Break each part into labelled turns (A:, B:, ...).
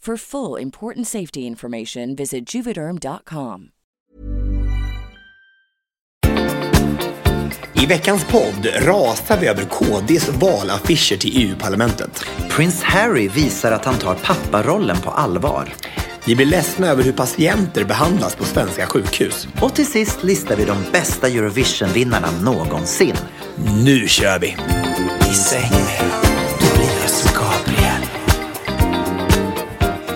A: For full important safety information, visit juvederm.com.
B: I veckans podd rasar vi över KDs valaffischer till E EU-parlamentet.
C: Prins Harry visar att han tar papparollen på allvar.
B: Vi blir ledsna över hur patienter behandlas på svenska sjukhus.
C: Och till sist listar vi de bästa Eurovision-vinnarna någonsin.
B: Nu kör vi!
D: I sängen, du blir som Gabriel.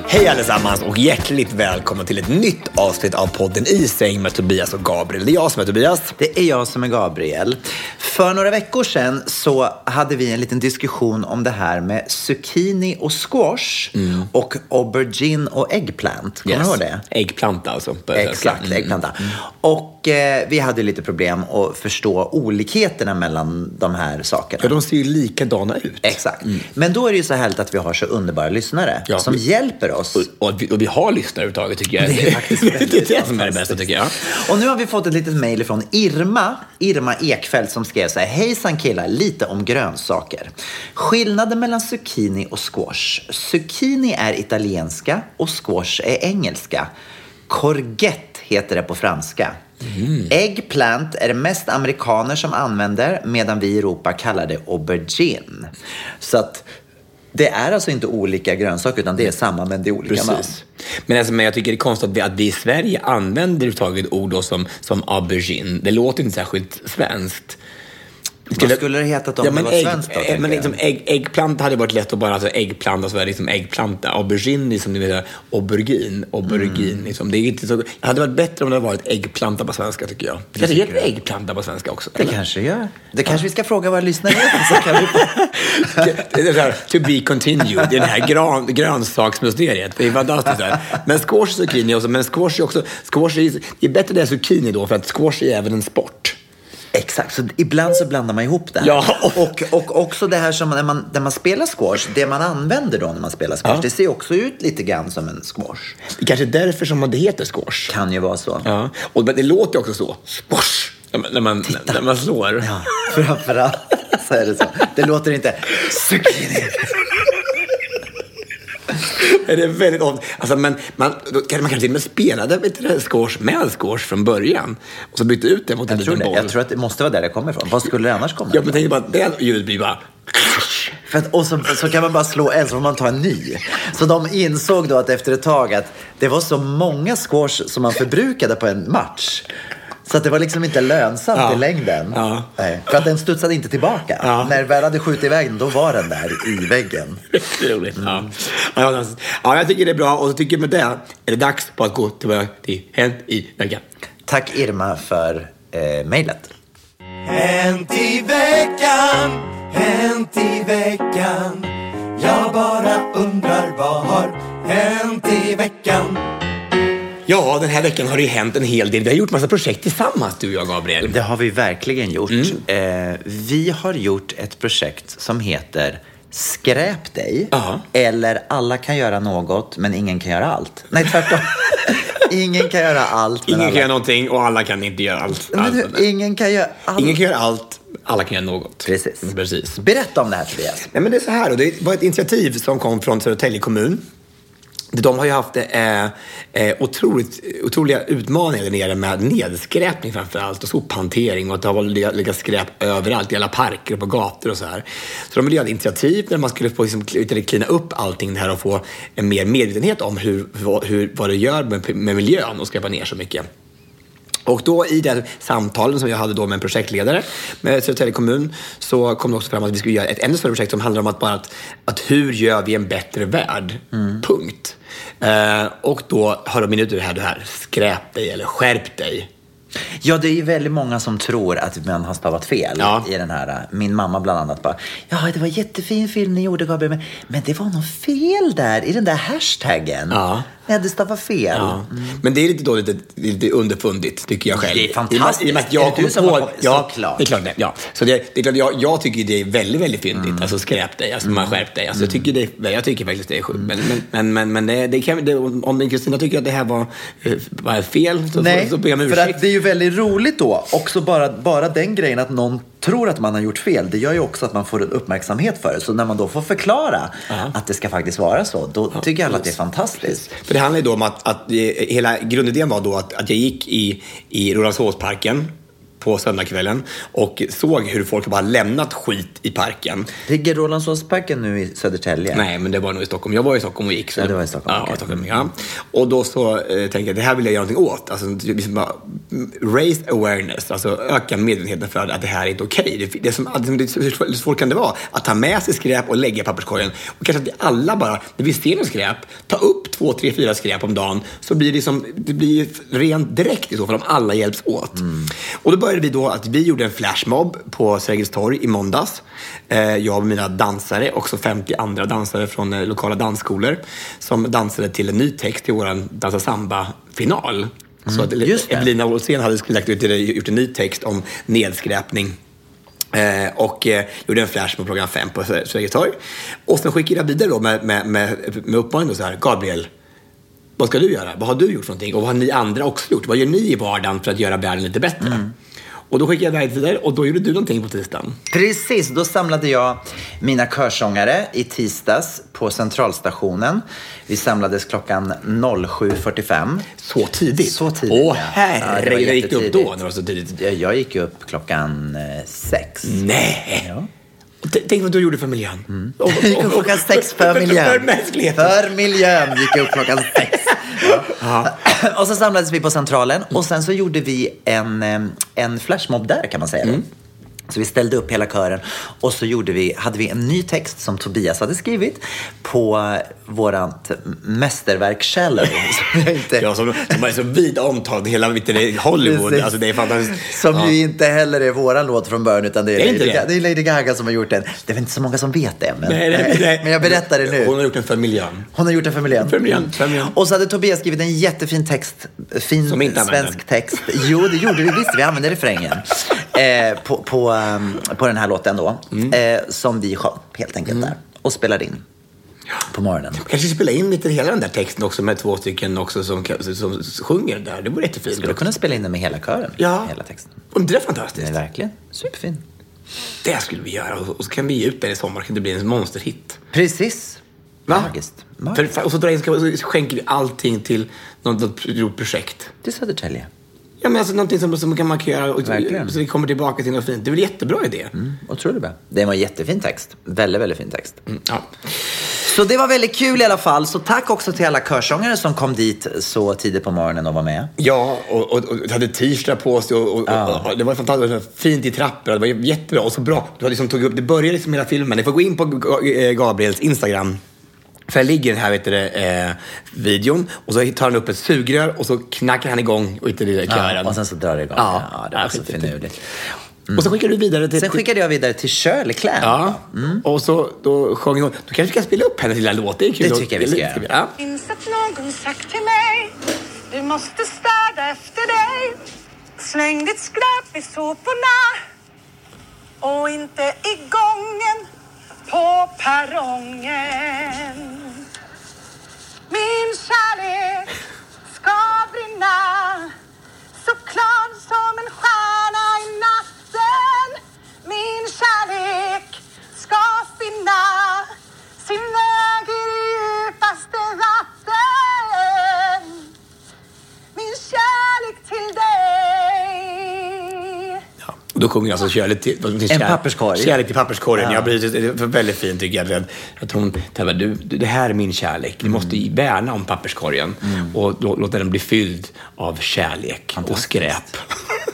B: Hej allesammans och hjärtligt välkomna till ett nytt avsnitt av podden I säng med Tobias och Gabriel. Det är jag som är Tobias.
C: Det är jag som är Gabriel. För några veckor sedan så hade vi en liten diskussion om det här med zucchini och squash
B: Mm.
C: och aubergine och eggplant. Kommer du ihåg det?
B: Äggplanta alltså. på svenska.
C: Exakt, äggplanta.
B: Mm.
C: Och eh, vi hade lite problem att förstå olikheterna mellan de här sakerna.
B: Ja, de ser ju likadana ut.
C: Exakt. Men då är det ju så härligt att vi har så underbara lyssnare
B: Ja.
C: som hjälper oss.
B: Och att vi, och vi har lyssnare överhuvudtaget tycker jag.
C: Det är faktiskt
B: det,
C: väldigt
B: är det som är det bästa tycker jag.
C: Och nu har vi fått ett litet mejl från Irma, Irma Ekfeldt som skrev så här. Hejsan killar, lite om grönsaker. Skillnaden mellan zucchini och squash. Zucchini är italienska och squash är engelska. Courgette heter det på franska. Mm. Eggplant är det mest amerikaner som använder medan vi i Europa kallar det aubergine. Så att det är alltså inte olika grönsaker utan det är samma men det är olika namn.
B: Precis. Men, alltså, men jag tycker det är konstigt att vi, att vi i Sverige använder överhuvudtaget ord då som, som aubergine. Det låter inte särskilt svenskt.
C: Vad skulle det hetat om det var svenskt då,
B: ägg,
C: tänker
B: men
C: jag?
B: liksom ägg, äggplanta hade varit lätt att bara alltså, äggplanta, så var det liksom äggplanta. Aubergine, liksom, ni vet, aubergine, aubergine.
C: Mm.
B: Liksom. Det är inte så, det hade varit bättre om det hade varit äggplanta på svenska, tycker jag. Det kanske heter äggplanta på svenska också.
C: Det kanske gör. Det kanske vi ska fråga våra lyssnare så kan vi få...
B: Det är så här, to be continued, det är det här gran, grönsaksmysteriet. Det är fantastiskt. så Här. Men squash och zucchini också. Men squash är också, squash är, det är bättre att det är zucchini då, för att squash är även en sport.
C: Exakt, så ibland så blandar man ihop det. här.
B: Ja.
C: Och, och också det här som när man, när man spelar squash, det man använder då när man spelar squash,
B: Ja.
C: det ser också ut lite grann som en squash.
B: Det kanske är därför som det heter squash.
C: Kan ju vara så.
B: Ja. Och det låter ju också så. Squash! När man, när man, när man slår.
C: Ja, framförallt så är det så. Det låter inte... Zucchini.
B: Det är väldigt ofta. Alltså, men man, då kanske man kanske till och med spelade vet du, squash med squash från början. Och så bytte ut det mot en
C: Jag tror,
B: liten
C: det.
B: boll.
C: jag tror att det måste vara där det kommer ifrån. Vad skulle det annars komma
B: Ja, men tänk bara att det ljudet blir bara...
C: För att, och så, så kan man bara slå en, så får man ta en ny. Så de insåg då att efter ett tag att det var så många squash som man förbrukade på en match. Så att det var liksom inte lönsamt
B: Ja.
C: i längden.
B: Ja.
C: Nej, för att den studsade inte tillbaka.
B: Ja.
C: När väl hade skjutit iväg den, då var den där i väggen.
B: Det är roligt. Ja. Mm. Ja, jag- ja, jag tycker det är bra. Och så tycker jag med det är det dags på att gå tillbaka till Hänt i veckan.
C: Tack Irma för eh, mejlet.
D: Hänt i veckan, hänt i veckan. Jag bara undrar vad har hänt i veckan?
B: Ja, den här veckan har det ju hänt en hel del. Vi har gjort massa projekt tillsammans, du och jag, Gabriel.
C: Det har vi verkligen gjort.
B: Mm.
C: Eh, vi har gjort ett projekt som heter Skräp dig.
B: Ja.
C: Eller alla kan göra något, men ingen kan göra allt. Nej, tvärtom. ingen kan göra allt, men
B: Ingen kan
C: alla...
B: göra någonting och alla kan inte göra allt.
C: Men
B: allt.
C: du, ingen kan göra allt.
B: Ingen kan göra allt, alla kan göra något.
C: Precis.
B: Mm, Precis.
C: Berätta om det här, Tobias.
B: Nej, men det är så här, och det var ett initiativ som kom från Södertälje kommun. De har ju haft eh, eh, otroligt, otroliga utmaningar där nere med nedskräpning framför allt och sophantering och att det har varit- legat skräp överallt, i alla parker och på gator och så här. Så de ville göra ett initiativ där man skulle få liksom, kl- klina upp allting det här och få en mer medvetenhet om hur, vad- hur, vad det gör med, med miljön och skräpa ner så mycket. Och då i det samtalen som jag hade då med en projektledare med Södertälje kommun så kom det också fram att vi skulle göra ett ännu större projekt som handlar om att bara att, att hur gör vi en bättre värld? Punkt. Eh, och då har de minuter det här, det här skräp dig eller skärp dig.
C: Ja, det är ju väldigt många som tror att man har stavat fel
B: Ja.
C: i den här. eh, Min mamma bland annat bara, ja, det var en jättefin film ni gjorde, Gabriel, men, men det var något fel där i den där hashtaggen.
B: Ja.
C: Ni hade stavat fel.
B: Ja. Men det är lite, då, lite, lite underfundigt, tycker jag själv.
C: Mm. Det är fantastiskt.
B: I och med, i och med att jag
C: Är det du
B: kommer
C: som
B: på,
C: har kommit-
B: ja,
C: Såklart.
B: Det är klart det. Ja. Så det, det är klart, jag, jag tycker det är väldigt, väldigt fyndigt.
C: Mm.
B: Alltså skräp dig, alltså man skärp dig. Alltså, jag, tycker det, jag tycker faktiskt det är sjukt.
C: Mm.
B: Men, men, men, men, men det, det kan, det, om Kristina tycker att det här var, eh, var fel, så,
C: Nej,
B: så, så ber jag om
C: för att
B: ursäkt.
C: det är ju väldigt roligt då. Också bara, bara den grejen att någon tror att man har gjort fel, det gör ju också att man får en uppmärksamhet för det. Så när man då får förklara att det ska faktiskt vara så, då tycker alla att det är fantastiskt.
B: För det handlar ju då om att, att eh, hela grundidén var då att, att jag gick i, i Rålambshovsparken på söndagskvällen och såg hur folk bara lämnat skit i parken.
C: Ligger Rålambshovsparken nu i Södertälje?
B: Nej, men det var nog i Stockholm. Jag var i Stockholm och gick. Så
C: Ja, du var i Stockholm,
B: Ja,
C: okej.
B: i Stockholm, ja. Och då så eh, tänkte jag, det här vill jag göra någonting åt. Alltså, liksom bara, mm, raise awareness, alltså öka medvetenheten för att det här är inte okej. Det, det är som, alltså, det, är som- hur svårt kan det vara att ta med sig skräp och lägga i papperskorgen? Och kanske att vi alla bara, när vi ser något skräp, ta upp två, tre, fyra skräp om dagen så blir det, som, det blir rent direkt i så fall om alla hjälps åt.
C: Mm.
B: Och då började vi då att vi gjorde en flashmob på Sergels torg i måndags. Eh, jag och mina dansare, också 50 andra dansare från eh, lokala dansskolor som dansade till en ny text till våran dansa samba-final. Så att
C: Mm. just det.
B: Evelina Olsén hade lagt ut, gjort en ny text om nedskräpning Eh, och eh, gjorde en flash på program 5 på Sve- Sergels torg. Och sen skickade jag vidare då med, med, med, med uppmaningen då så här, Gabriel, vad ska du göra? Vad har du gjort för någonting? Och vad har ni andra också gjort? Vad gör ni i vardagen för att göra världen lite bättre?
C: Mm.
B: Och då skickade jag iväg vidare och då gjorde du någonting på tisdagen.
C: Precis, då samlade jag mina körsångare i tisdags på Centralstationen. Vi samlades klockan 07.45.
B: Så tidigt.
C: Så tidigt,
B: Åh
C: ja. Ja, det var
B: herregud, gick du upp då när
C: jättetidigt.
B: det var så tidigt?
C: Jag- Jag gick ju upp klockan eh, sex.
B: Nej! Och t- Tänk vad du gjorde för miljön. Och-
C: Mm. Jag gick upp
B: och- och-
C: klockan sex för miljön.
B: För mänskligheten.
C: För miljön gick jag upp klockan sex. Ja. Och så samlades vi på Centralen och sen så gjorde vi en, eh, en flashmob där kan man säga.
B: Mm.
C: Så vi ställde upp hela kören och så gjorde vi, hade vi en ny text som Tobias hade skrivit på vårat mästerverk Shallow. som jag inte-
B: Ja, som, som är så vid omtalad i hela vet du, Hollywood.
C: Precis.
B: Alltså, det är fantastiskt.
C: Som
B: ja.
C: ju inte heller är våran låt från början utan det är,
B: Det är
C: Lady,
B: inte det.
C: Ga- det är Lady Gaga som har gjort den. Det är väl inte så många som vet det. Men,
B: Nej, nej, nej.
C: men jag berättar det nu.
B: Hon har gjort den för miljön.
C: Hon har gjort den för miljön.
B: För miljön, för miljön.
C: Och så hade Tobias skrivit en jättefin text, fin
B: Som inte använde
C: svensk text. Jo, det gjorde vi visst, vi använde refrängen eh, på, på, ehm, på den här låten då.
B: Mm.
C: Eh, som vi sjöng helt enkelt där och spelade in på morgonen.
B: Kanske spela in lite hela den där texten också med två stycken också som, som sjunger där. Det vore jättefint.
C: Skulle kunna spela in den med hela kören,
B: Ja.
C: hela texten.
B: Och det är
C: Det
B: fantastiskt.
C: är verkligen superfin.
B: Det skulle vi göra och och så kan vi ge ut den i sommar. Kan det bli en monsterhit?
C: Precis.
B: Va?
C: Magiskt. Magiskt.
B: För, och så, drar jag in, så skänker vi allting till något, något roligt projekt.
C: Till Södertälje.
B: Ja, men alltså någonting som, som kan man kan göra och,
C: Verkligen. Mm.
B: så vi kommer tillbaka till något fint. Det är väl en jättebra idé?
C: Otroligt bra. Det var en jättefin text. Väldigt, väldigt fin text.
B: Ja.
C: Så det var väldigt kul i alla fall. Så tack också till alla körsångare som kom dit så tidigt på morgonen och var med.
B: Ja, och, och, och hade t-shirtar på sig och, och, och, och det var fantastiskt det var fint i trappor. Det var jättebra och så bra. Du har liksom tog upp, det började liksom hela filmen. Ni får gå in på Ga- eh, Gabriels Instagram. För här ligger den här vet du, det, eh, videon och så tar han upp ett sugrör och så knackar han igång och inte det där kören.
C: och sen så drar det igång.
B: Ja.
C: ja det var
B: Ja,
C: så
B: skit.
C: finurligt.
B: Och så skickar du vidare till...
C: Sen skickade jag vidare till Shirley Clamp.
B: Ja, och så då sjöng hon. Då kanske vi ska spela upp hennes lilla låt. Det är kul.
C: Det tycker jag vi ska
B: Ja.
E: Finns att någon sagt till mig Du måste städa efter dig. Släng ditt skräp i soporna. Och inte i gången på perrongen. Min kärlek ska brinna så klar som en stjärna i natten. Min kärlek ska finna sin väg i det djupaste vatten. Min kärlek till dig.
B: Ja. Och då sjunger jag alltså kärlek till... vad heter det?
C: En
B: Kär-
C: papperskorg.
B: Kärlek till papperskorgen,
C: Ja.
B: ja. precis. Det är väldigt fint tycker jag. Att- Att hon, Tebbe, du, det här är min kärlek.
C: Mm.
B: Vi måste värna om papperskorgen och lå- låta den bli fylld av kärlek och skräp.
C: Mm.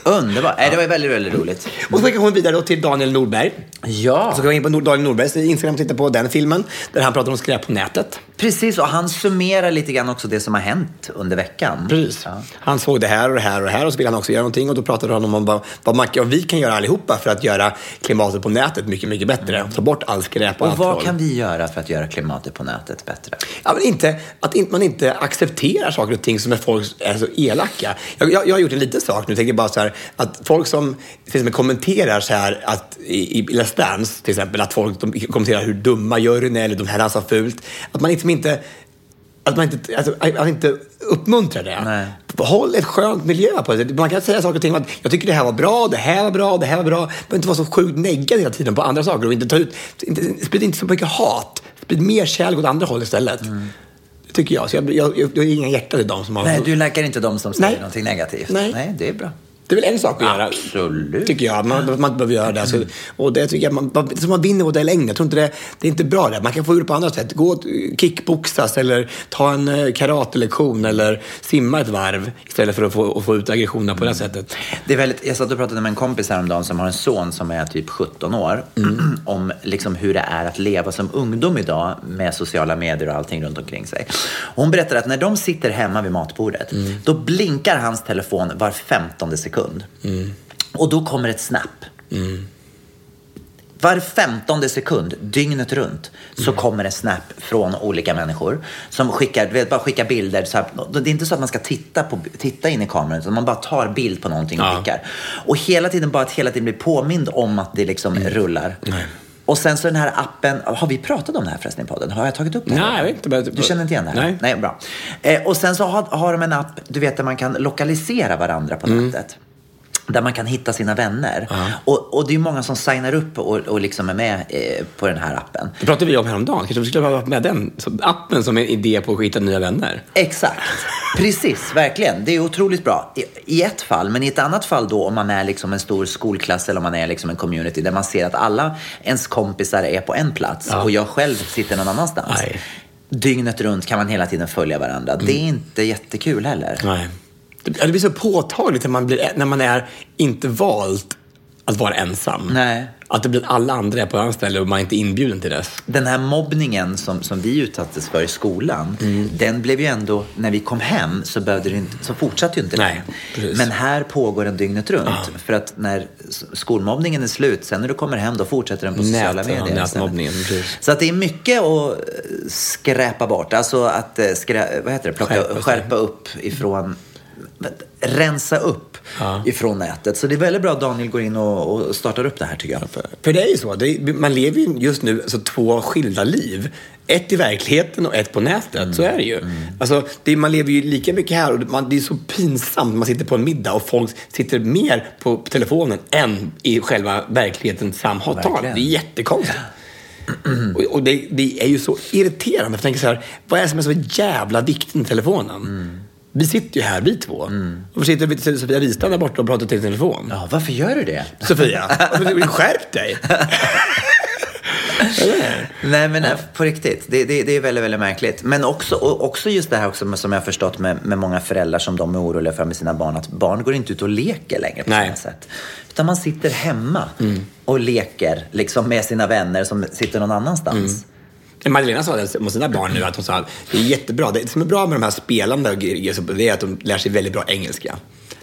C: Underbart. Nej, det var ju väldigt, väldigt roligt.
B: Och så skickar hon vidare då till Daniel Nordberg.
C: Ja.
B: Så kan man in på Nor- Daniel Nordbergs Instagram och titta på den filmen där han pratar om skräp på nätet.
C: Precis, och han summerar lite grann också det som har hänt under veckan.
B: Precis.
C: Ja.
B: Han såg det här och det här och det här och så ville han också göra någonting och då pratade han om vad, vad man, och vi kan göra allihopa för att göra klimatet på nätet mycket, mycket bättre. Ta bort all skräp och,
C: Mm. Och
B: allt
C: vad
B: troll.
C: kan vi göra för att göra klimatet på nätet bättre?
B: Ja, men inte, att in- man inte accepterar saker och ting som är folk är så elaka. Jag, jag, jag har gjort en liten sak nu. Jag tänker bara så här, att folk som till exempel kommenterar så här att i, i Let's Dance till exempel, att folk de kommenterar hur dumma juryn är eller de här dansar fult. Att man liksom inte att man inte, alltså, att man inte uppmuntrar det.
C: Nej.
B: Håll ett skönt miljö på det. Man kan säga saker och ting som att jag tycker det här var bra, det här var bra, det här var bra. Man behöver inte vara så sjukt neggativ hela tiden på andra saker och inte ta ut, inte, sprid inte så mycket hat. Sprid mer kärlek åt andra hållet istället. Det tycker jag. Så jag, jag, jag, jag har inga hjärta till dem som har...
C: Mm. Nej, du läkar inte de som säger
B: Nej.
C: någonting negativt.
B: Nej.
C: Nej, det är bra.
B: Det är väl en sak att göra.
C: Absolut.
B: Tycker jag. Man, man inte behöver göra det. Så, och det tycker jag man, man, så man vinner på det i längden. Jag tror inte det, det är inte bra det. Man kan få ur det på andra sätt. Gå och kickboxas eller ta en eh, karatelektion eller simma ett varv istället för att få, att få ut aggressionen på det här
C: Mm.
B: sättet.
C: Det är väldigt, jag satt och pratade med en kompis häromdagen som har en son som är typ 17 år om liksom hur det är att leva som ungdom idag med sociala medier och allting runt omkring sig. Hon berättar att när de sitter hemma vid matbordet då blinkar hans telefon var 15 sekund. Och då kommer ett snap. Var 15 sekund, dygnet runt, så kommer en snap från olika människor som skickar, du vet, bara skickar bilder. Så här, det är inte så att man ska titta, på, titta in i kameran, utan man bara tar bild på någonting och
B: Ja.
C: skickar. Och hela tiden, bara att hela tiden bli påmind om att det liksom rullar. Och sen så den här appen, har vi pratat om det här förresten i podden? Har jag tagit upp det? här?
B: Nej, jag vet inte, men-
C: Du känner inte igen det här?
B: Nej.
C: Nej, bra. Eh, och sen så har, har de en app, du vet, där man kan lokalisera varandra på
B: Mm.
C: nätet. Där man kan hitta sina vänner. Och, och det är ju många som signar upp och, och liksom är med eh, på den här appen.
B: Det pratade vi om häromdagen. Kanske vi skulle ha varit med den så, appen som en idé på att hitta nya vänner.
C: Exakt. Precis, verkligen. Det är otroligt bra I, i ett fall. Men i ett annat fall då om man är liksom en stor skolklass eller om man är liksom en community där man ser att alla ens kompisar är på en plats och jag själv sitter någon annanstans.
B: Nej.
C: Dygnet runt kan man hela tiden följa varandra. Det är inte jättekul heller.
B: Nej. Det, ja, det blir så påtagligt när man, blir, när man är inte valt att vara ensam.
C: Nej.
B: Att det blir alla andra är på hans ställe och man är inte inbjuden till det.
C: Den här mobbningen som, som vi utsattes för i skolan,
B: Mm.
C: den blev ju ändå, när vi kom hem så, behövde det inte, så fortsatte ju inte
B: Nej,
C: den.
B: precis.
C: Men här pågår den dygnet runt. För att när s- skolmobbningen är slut, sen när du kommer hem, då fortsätter den på sociala
B: Nät, ja,
C: medier.
B: nätmobbningen,
C: istället.
B: precis.
C: Så att det är mycket att eh, skräpa bort. Alltså att eh, skrä, vad heter det? Plocka,
B: Skärpa
C: skärpa,
B: sig.
C: upp ifrån rensa upp ifrån nätet. Så det är väldigt bra att Daniel går in och, och startar upp det här tycker jag.
B: För det är ju så, det är, man lever ju just nu alltså, två skilda liv. Ett i verkligheten och ett på nätet, så
C: Mm.
B: är det ju. Alltså, det, är- man lever ju lika mycket här och det- man, det är så pinsamt när man sitter på en middag och folk sitter mer på telefonen än i själva verkligheten samtal. Det är
C: Verkligen.
B: jättekonstigt. Och, och det, det är ju så irriterande. Jag tänker så här, vad är det som är så jävla viktigt med telefonen?
C: Mm.
B: Vi sitter ju här, vi två. Varför sitter vi- sitter Sofia Wistam där borta och pratar till telefon?
C: Ja, varför gör du det?
B: Sofia, skärp dig!
C: Nej men eh, på riktigt, det, det, det är väldigt, väldigt märkligt. Men också, och också just det här också med, som jag har förstått med, med många föräldrar som de är oroliga för med sina barn, att barn går inte ut och leker längre på
B: Nej. Mm.
C: samma sätt. Utan man sitter hemma och leker liksom, med sina vänner som sitter någon annanstans.
B: Mm. Magdalena sa det om sina barn nu, att hon sa att det är jättebra. Det som är bra med de här spelande grejerna det är att de lär sig väldigt bra engelska.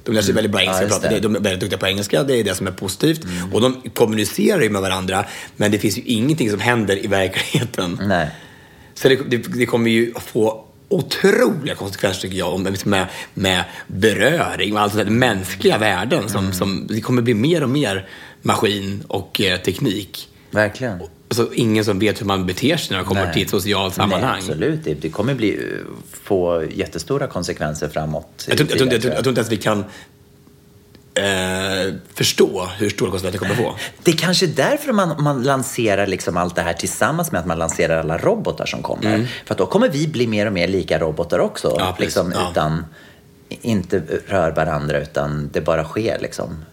B: De lär sig väldigt bra engelska.
C: Mm. Ja, just
B: Ja,
C: det. Mm.
B: de är väldigt duktiga på engelska, det är det som är positivt. Och de kommunicerar ju med varandra, men det finns ju ingenting som händer i verkligheten.
C: Nej.
B: Så det, det, det kommer ju att få otroliga konsekvenser tycker jag, om det liksom med, med beröring och alltså det mänskliga värden
C: Mm.
B: som, som det kommer bli mer och mer maskin och eh, teknik.
C: Verkligen.
B: Alltså, ingen som vet hur man beter sig när man kommer
C: Nej.
B: till ett socialt
C: Nej,
B: sammanhang.
C: absolut. Det- Det kommer bli, få jättestora konsekvenser framåt. i
B: jag, tror, jag, tror,
C: tiden,
B: jag, tror,
C: tror jag.
B: jag tror inte ens vi kan eh, förstå hur stora konsekvenser det kommer få.
C: Det är kanske är därför man, man lanserar liksom allt det här tillsammans med att man lanserar alla robotar som kommer. För att då kommer vi bli mer och mer lika robotar också.
B: Mm. Ja, precis.
C: liksom,
B: Ja.
C: utan, inte rör varandra, utan det bara sker liksom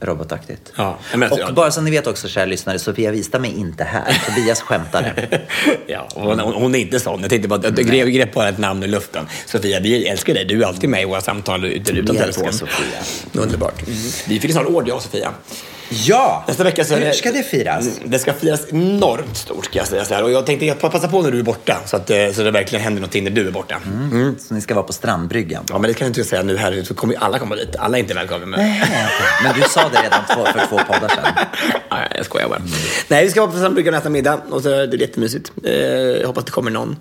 C: robotaktigt.
B: Ja, jag menar,
C: och
B: ja.
C: bara som ni vet också, kära lyssnare, Sofia Wistam är inte här. Tobias skämtade.
B: Ja, hon, hon hon är inte sån. Jag tänkte bara, jag grepp, grepp bara ett namn ur luften. Sofia, vi älskar dig. Du är alltid med i våra samtal utan, utan
C: älskar
B: telefon. Mm.
C: Sofia.
B: Underbart. Vi fick snart år, jag och Sofia.
C: ja!
B: Nästa vecka så är
C: Hur ska det firas?
B: Mm, Det ska firas enormt stort, ska jag säga. Så här. Och jag tänkte jag passar på när du är borta, så, att, eh, så det verkligen händer någonting när du är borta.
C: Så ni ska vara på strandbryggan.
B: Mm. Ja, men det kan jag inte säga nu här, så kommer ju alla komma dit. Alla är inte välkomna. Men...
C: Men du sa det redan två, för två poddar sedan.
B: Nej, jag skojar bara. Nej, vi ska vara på Sandbryggan och äta middag. Och så, det är jättemysigt. Eh, jag hoppas det kommer någon.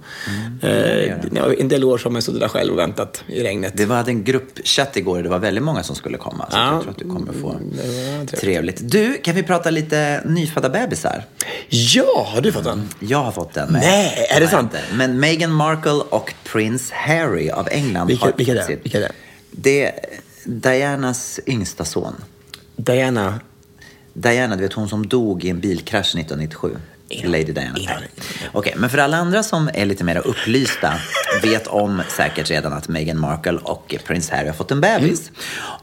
B: eh, det var en del år som jag suttit där själv och väntat i regnet.
C: Det var en gruppchatt igår och det var väldigt många som skulle komma. Så
B: Ja. Mm,
C: jag tror att du kommer få
B: trevligt.
C: trevligt. Du, kan vi prata lite nyfödda bebisar?
B: Ja, har du fått den?
C: Jag har fått eh, den med.
B: Nej, är det
C: Nej,
B: sant?
C: Men Meghan Markle och prins Harry av England
B: Vilka-
C: har
B: vilka
C: fått
B: det är?
C: sitt-
B: Vilka det är?
C: Det är Dianas yngsta son.
B: Diana.
C: Diana, du vet hon som dog i en bilkrasch 1997.
B: Ingen-
C: Lady Diana.
B: ingen aning.
C: Okej, men för alla andra som är lite mer upplysta vet om säkert redan att Meghan Markle och prins Harry har fått en bebis.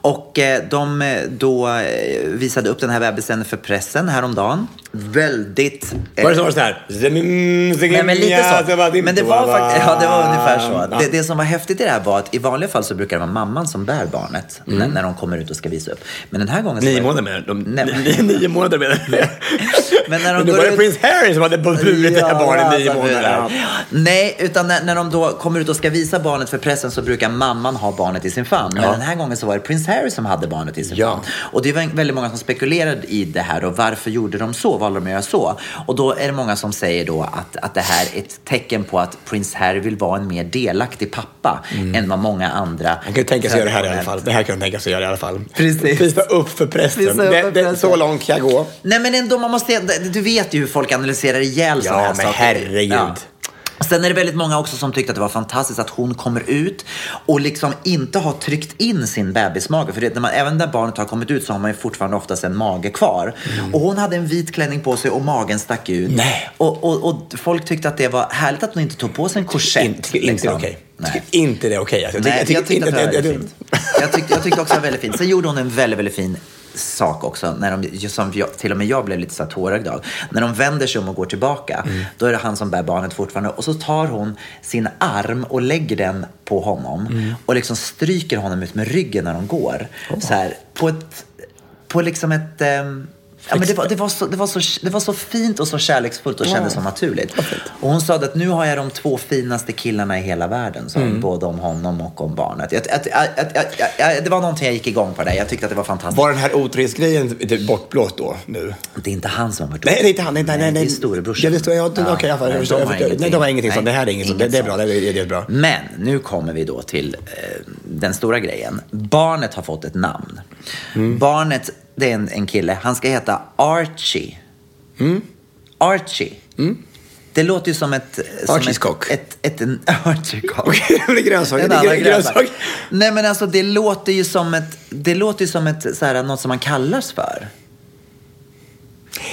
C: Och eh, de eh, då eh, visade upp den här bebisen för pressen häromdagen. Väldigt... eh,
B: Var det som var så här? Nej,
C: Nej, men lite så. Men det var faktiskt, ja det var
B: Ah.
C: ungefär så. Det, det som var häftigt i det här var att i vanliga fall så brukar det vara mamman som bär barnet
B: Mm.
C: när, när de kommer ut och ska visa upp. Men den här gången så var
B: Nio
C: det-
B: månader menar de.
C: Nej, men-
B: Nio, nio månader menar jag.
C: Men när de
B: Men då
C: går
B: var det
C: ut-
B: prins Harry som hade burit det här barnet i nio
C: alltså,
B: månader.
C: ja. Nej, utan när, när de då kommer ut och ska visa barnet för pressen så brukar mamman ha barnet i sin famn. Men
B: Ja.
C: den här gången så var det prins Harry som hade barnet i sin
B: Ja.
C: famn. Och det var en- väldigt många som spekulerade i det här och varför gjorde de så? Valde de att göra så? Och då är det många som säger då att, att det här är ett tecken på att prins Harry vill vara en mer delaktig pappa än vad många andra...
B: Mm. Han kan ju tänka sig att göra det här i alla fall. Det här kan han tänka sig att göra i alla fall.
C: Precis.
B: Visa upp för pressen.
C: Visa upp
B: det,
C: för
B: det,
C: pressen.
B: Så långt kan jag gå.
C: Nej men ändå, man måste, du vet ju hur folk analyserar ihjäl såna
B: Ja,
C: här
B: men
C: saker.
B: herregud.
C: Sen är det väldigt många också som tyckte att det var fantastiskt att hon kommer ut och liksom inte har tryckt in sin bebismage. För det, när man, även när barnet har kommit ut så har man ju fortfarande oftast en mage kvar. Och hon hade en vit klänning på sig och magen stack ut.
B: Mm. Nej.
C: Och, och, och folk tyckte att det var härligt att hon inte tog på sig en korsett. Liksom.
B: In, tycker inte det är okej.
C: Nej.
B: Tycker inte det är okej. alltså.
C: Nej, jag tyckte att det var
B: jag- jag-
C: väldigt fint. Jag tyckte, jag tyckte också det var väldigt fint. Sen gjorde hon en väldigt, väldigt fin sak också, när de, som jag, till och med jag blev lite så här tårögd av. När de vänder sig om och går tillbaka, då är det han som bär barnet fortfarande. Och så tar hon sin arm och lägger den på honom och liksom stryker honom ut med ryggen när de går. Så här, på ett, på liksom ett... ehm, Ja, men det, var, det, var så, det, var så, det var så fint och så kärleksfullt och kändes så naturligt. Och hon sa att nu har jag de två finaste killarna i hela världen, så
B: Mm.
C: både om honom och om barnet. Jag, jag, jag, jag, jag, jag, det var någonting jag gick igång på där. Jag tyckte att det var fantastiskt.
B: Var den här otrohetsgrejen typ bortblåst då, nu?
C: Det är inte han som har varit
B: Nej, det är inte han. Nej, nej, nej,
C: det är storebrorsan.
B: Ja, det står, ja, ja. Okej, jag fattar.
C: Nej,
B: jag förstår,
C: de
B: jag
C: har
B: förstår. Nej, de har ingenting sånt. Det här är inget sånt. Det,
C: inget
B: det är bra.
C: sånt.
B: Det är, det är bra.
C: Men nu kommer vi då till eh, den stora grejen. Barnet har fått ett namn.
B: Mm.
C: Barnet, det är en, en kille, han ska heta Archie.
B: Mm.
C: Archie. Det låter ju som ett... eh, som
B: Archies
C: ett-
B: kock.
C: Ett, ett, en Archie-kock.
B: Okej, det är grönsaker.
C: Mm. En
B: Det är
C: annan
B: grön-
C: grönsak.
B: grönsak.
C: Nej men alltså det låter ju som ett, det låter ju som ett, så här, något som man kallas för.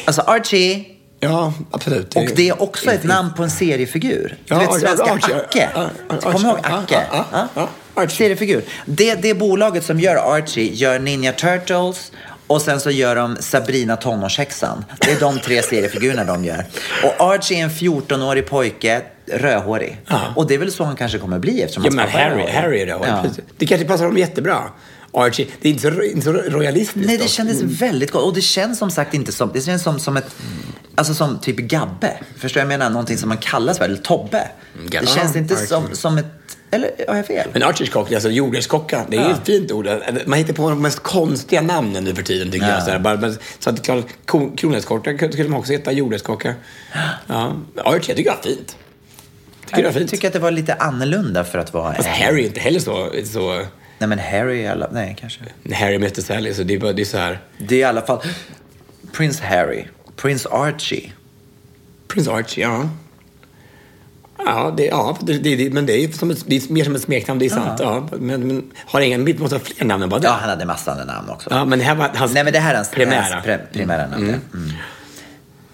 C: Alltså Archie,
B: Ja, absolut.
C: och det är också ett namn på en seriefigur. Du
B: Eh, Ja,
C: vet svenska
B: Archie.
C: Acke.
B: Ja, ja,
C: Kommer du ihåg
B: Archie.
C: Acke?
B: Ja, ja, ja.
C: Ja.
B: Archie.
C: Seriefigur. Det, det bolaget som gör Archie gör Ninja Turtles och sen så gör de Sabrina tonårshäxan. Det är de tre seriefigurerna de gör. Och Archie är en 14-årig pojke, rödhårig.
B: Ja.
C: Och det är väl så han kanske kommer bli eftersom
B: Ja,
C: hans
B: men
C: pappa är
B: Harry,
C: rödhårig.
B: Harry är det.
C: Ja.
B: Precis. Det kanske passar dem jättebra. Archie, det är inte så, inte så royalistiskt.
C: Nej, det
B: dock.
C: kändes väldigt gott. Och det känns som sagt inte som... Det känns som, som ett... Alltså som typ Gabbe. Förstår jag vad jag menar? Någonting som man kallas för. Eller Tobbe.
B: Gabbe.
C: Det känns
B: Mm, Ja,
C: inte
B: verkligen.
C: som, som ett... Eller har jag fel?
B: Men archerskock, alltså jordgubbskocka, det är ett fint ord. Man hittar på de mest konstiga namnen nu för tiden tycker jag. Så, här. Bara, men- så att klart, kronärtskocka skulle man också heta, jordgubbskocka. Ja. Archie, jag tycker det var fint. Tycker du det var
C: jag
B: fint?
C: tycker att det var lite annorlunda för att vara...
B: Fast Harry är inte heller så... så
C: Nej, men Harry i alla... Nej, kanske.
B: när Harry mötte Sally, så det är bara det är så här...
C: Det är i alla fall... Prins Harry. Prins Archie.
B: Prins Archie, ja. Ja, det, ja det, det, det, men det är, ju som ett, det är mer som ett smeknamn, det är sant. Ja, men, men har ingen, vi måste ha fler namn än bara det.
C: Ja,
B: Ja.
C: han hade massa andra namn också.
B: men det här var hans
C: Nej, men det här är hans
B: primära.
C: hans pre- primära namn. ja. Mm.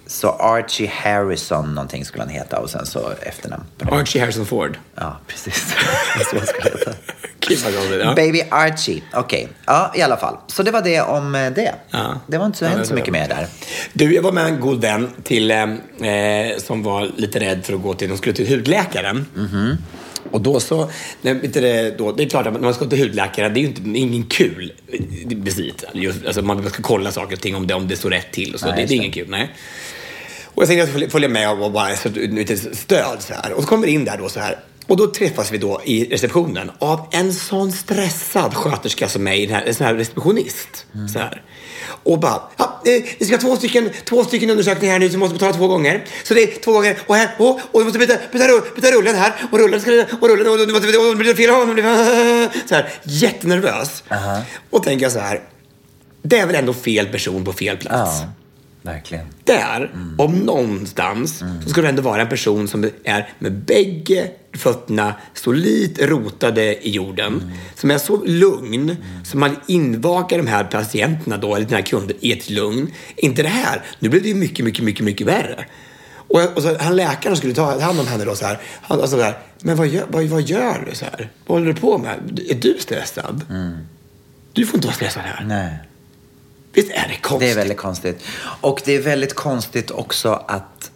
C: Så Archie Harrison någonting skulle han heta och sen så efternamn.
B: Archie Harrison Ford.
C: Ja, precis. Det var så han skulle heta.
B: Gud vad galet. Ja.
C: Baby Archie. Okej, ja i alla fall. Så det var det om eh, det.
B: Ja.
C: Det var inte så,
B: Ja,
C: hände
B: det
C: så
B: var
C: mycket
B: det.
C: mer där.
B: Du, jag var med en god vän till, eh, eh, som var lite rädd för att gå till, de skulle till hudläkaren.
C: Mhm.
B: Och då så, nej, inte det, då, det är klart att när man ska till hudläkaren, det är ju inte, det är ingen kul eh, visit. Just, alltså, man ska kolla saker och ting om det, om det står rätt till och så.
C: Nej,
B: det,
C: just
B: det är
C: det.
B: ingen kul, nej. Och jag tänkte att jag skulle följa med och bara så, lite stöd så här. Och så kommer vi in där då så här. Och då träffas vi då i receptionen av en sån stressad sköterska som mig, den här- en sån här receptionist. Så här. Och bara, ja, eh, vi ska ha två stycken, två stycken undersökningar här nu som måste betala två gånger. Så det är två gånger och här, och, och du måste byta, byta, rull, byta rullen här och rullen ska, och rullen och du måste byta, och du blir fel håll. och du blir- Så här, jättenervös. Och tänker jag så här, det är väl ändå fel person på fel plats
C: Ja, verkligen.
B: där, om någonstans, så ska det ändå vara en person som är med bägge fötterna solitt rotade i jorden. Som är så lugn, så man invakar de här patienterna då, eller den här kunden, i ett lugn. Inte det här. Nu blev det ju mycket, mycket, mycket, mycket värre. Och, och så, han läkaren skulle ta hand om henne då så här. Han, alltså, så här men vad gör, vad, vad gör du? Så här? Vad håller du på med? Är du stressad? Du får inte vara stressad här.
C: Nej.
B: Visst är det konstigt?
C: Det är väldigt konstigt. Och det är väldigt konstigt också att,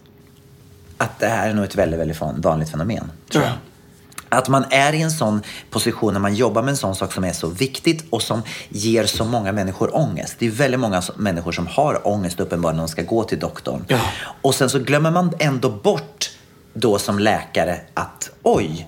C: att det här är nog ett väldigt, väldigt fan- vanligt fenomen. Tror jag.
B: Ja.
C: Att man är i en sån position när man jobbar med en sån sak som är så viktigt och som ger så många människor ångest. Det är väldigt många som- människor som har ångest uppenbarligen när de ska gå till doktorn.
B: Ja.
C: Och sen så glömmer man ändå bort då som läkare att oj,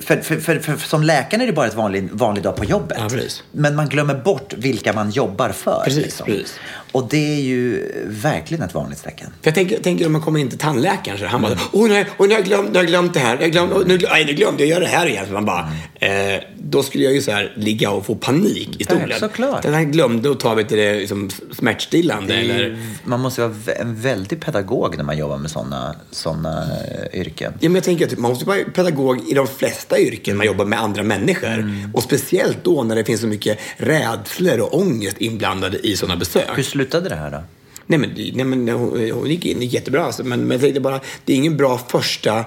C: för, för, för, för, som läkare är det bara ett vanlig, vanlig dag på jobbet.
B: Ja, precis.
C: Men man glömmer bort vilka man jobbar för. liksom.
B: Precis, precis.
C: Och det är ju verkligen ett varningstecken.
B: För jag tänker, tänker om man kommer in till tandläkaren så här, han bara åh nej, åh, nu, har jag glömt, nu har jag glömt det här, jag glöm, åh, nu, glö- nej, nu glömde jag göra det här igen. Så man bara, eh, då skulle jag ju så här ligga och få panik i stolen.
C: Ja, såklart.
B: Den här glömde att ta vet du, det, liksom, smärtstillande eller...
C: Man måste vara vä- en väldig pedagog när man jobbar med sådana såna, eh, yrken.
B: Ja, men jag tänker att typ, man måste vara pedagog i de flesta yrken man jobbar med andra människor.
C: Mm.
B: Och speciellt då när det finns så mycket rädslor och ångest inblandade i sådana besök.
C: Hur slutade det här då?
B: Nej men, nej, men hon, hon gick in jättebra alltså, men, men jag tänkte bara, det är ingen bra första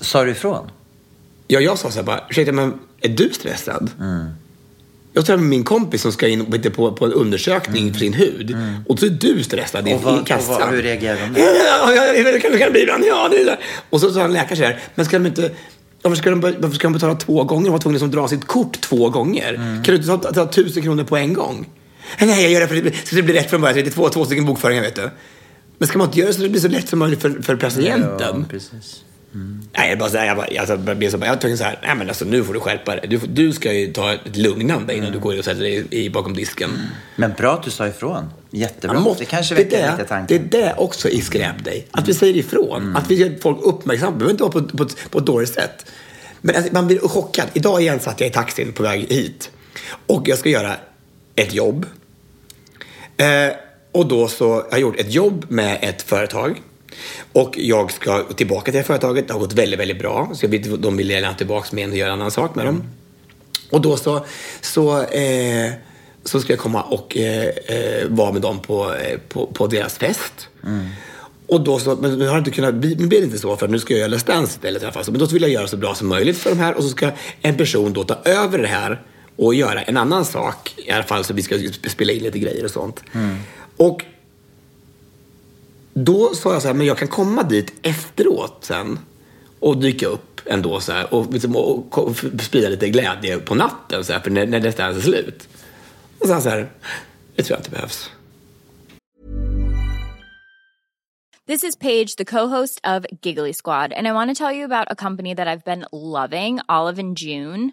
C: Sa du ifrån?
B: Ja, jag sa så här bara, ursäkta, men är du stressad?
C: Mm.
B: Jag träffade min kompis som ska in vet du, på, på en undersökning för sin hud. Och så är du stressad i,
C: Mm. Och vad-
B: i kassan.
C: och vad- hur reagerar de?
B: Ja, ja, ja, ja, det kan, det kan bli ibland. Ja, det är det. Och så sa han läkaren så här, men ska de inte... Varför ska, de, be- varför ska de betala två gånger? De var tvungna liksom att dra sitt kort två gånger.
C: Mm.
B: Kan du inte ta, ta tusen kronor på en gång? Nej, jag gör det för att det blir, så det blir rätt från början. Det är två, två stycken bokföringar, vet du. Men ska man inte göra det så det blir så lätt som möjligt för, för patienten?
C: precis.
B: Nej, jag bara så här, jag, bara, alltså, jag blev så, bara- jag tänkte så här, nej men alltså nu får du skärpa dig. Du, får- du ska ju ta ett lugnande innan du går och sätter dig i, bakom disken.
C: Men bra att du sa ifrån. Jättebra.
B: Man måste-
C: det kanske
B: det
C: väcker
B: är
C: lite
B: det-
C: tankar. Mm.
B: Det är det också i Skräp dig. Att vi säger ifrån. Att vi gör folk uppmärksamma. Det behöver inte vara på, på, ett- på ett dåligt sätt. Men alltså, man blir chockad. Idag igen satt jag i taxin på väg hit. Och jag ska göra ett jobb. Eh, och då så jag har jag gjort ett jobb med ett företag. Och jag ska tillbaka till det företaget. Det har gått väldigt, väldigt bra. Så jag vill, de vill gärna tillbaka med en och göra en annan sak med dem. Och då så, så, eh, så ska jag komma och eh, eh, vara med dem på, eh, på, på deras fest. Och då så, men nu har jag inte kunnat, bli- nu blir det inte så för nu ska jag göra Let's Dance istället i alla fall. Så- Men då vill jag göra så bra som möjligt för de här och så ska en person då ta över det här och göra en annan sak. I alla fall så vi ska sp- spela in lite grejer och sånt. Och då sa jag så här, men jag kan komma dit efteråt sen och dyka upp ändå så här och, liksom, och, och, ko- f- sprida lite glädje på natten så här, för när, när Let's Dance är slut. Och så han så här, det tror jag inte behövs.
F: This is Paige, the co-host of Giggly Squad, and I want to tell you about a company that I've been loving, Olive and June.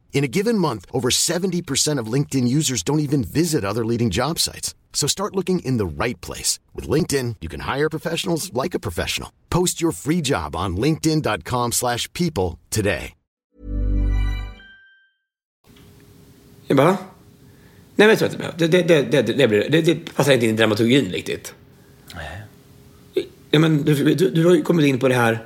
G: In a given month, over 70% of LinkedIn users don't even visit other leading job sites. So start looking in the right place. With LinkedIn, you can hire professionals like a professional. Post your free job on linkedin.com/people slash people today.
B: Jag bara, va? Nej, men jag tror inte det, det, det, det, det, blir- det, det passar inte in i dramaturgin riktigt. Ja, men du, du, du har ju kommit in på det här.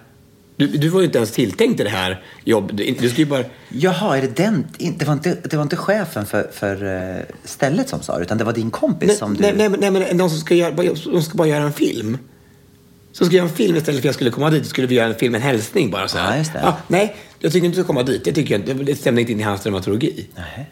B: Du, du var ju inte ens tilltänkt i det här jobbet. Du, du ska ju bara...
C: Jaha, är det den? in- Det var inte, det var inte chefen för, för eh, stället som sa det, utan det var din kompis
B: Nej,
C: som du...
B: nej, nej, men- nej, men någon som ska, göra, bara- som ska bara göra en film. Som ska göra en film istället för att jag skulle komma dit. så Skulle vi göra en film, en hälsning bara så här.
C: Ja, just det.
B: nej, jag tycker inte du ska komma dit. Jag tycker inte, det stämmer inte in i hans dramaturgi.
C: Nej.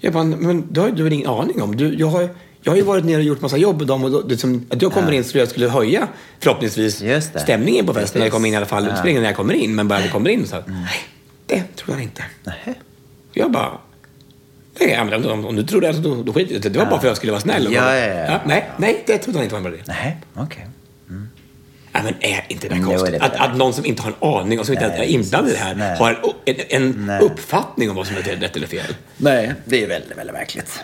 B: Jag bara, men då har ju du väl ingen aning om. Du, jag, har, jag har ju varit nere och gjort massa jobb med dem och då, det är som, att jag kommer in så jag skulle höja förhoppningsvis
C: Just det.
B: stämningen på festen när jag
C: Precis.
B: kommer in i alla fall. Det spelar ingen roll när jag kommer in, men bara jag kommer in så här,
C: Mm.
B: nej, det tror jag inte.
C: Nej.
B: Jag bara, nej, ja, men om, om du tror det, så då, då skiter jag i det. Det var bara för att jag skulle vara snäll. Och
C: Ja,
B: bara,
C: ja, ja.
B: nej, nej, det trodde han inte var en bra idé.
C: Nej, okej.
B: Nej, men är inte det
C: Jo,
B: här
C: det är
B: konstigt?
C: det.
B: att, att någon som inte har en aning och som inte ens är inblandad i det här
C: Nej.
B: har en, en, en
C: Nej.
B: uppfattning om vad som är rätt eller fel.
C: Nej, det är väldigt, väldigt verkligt.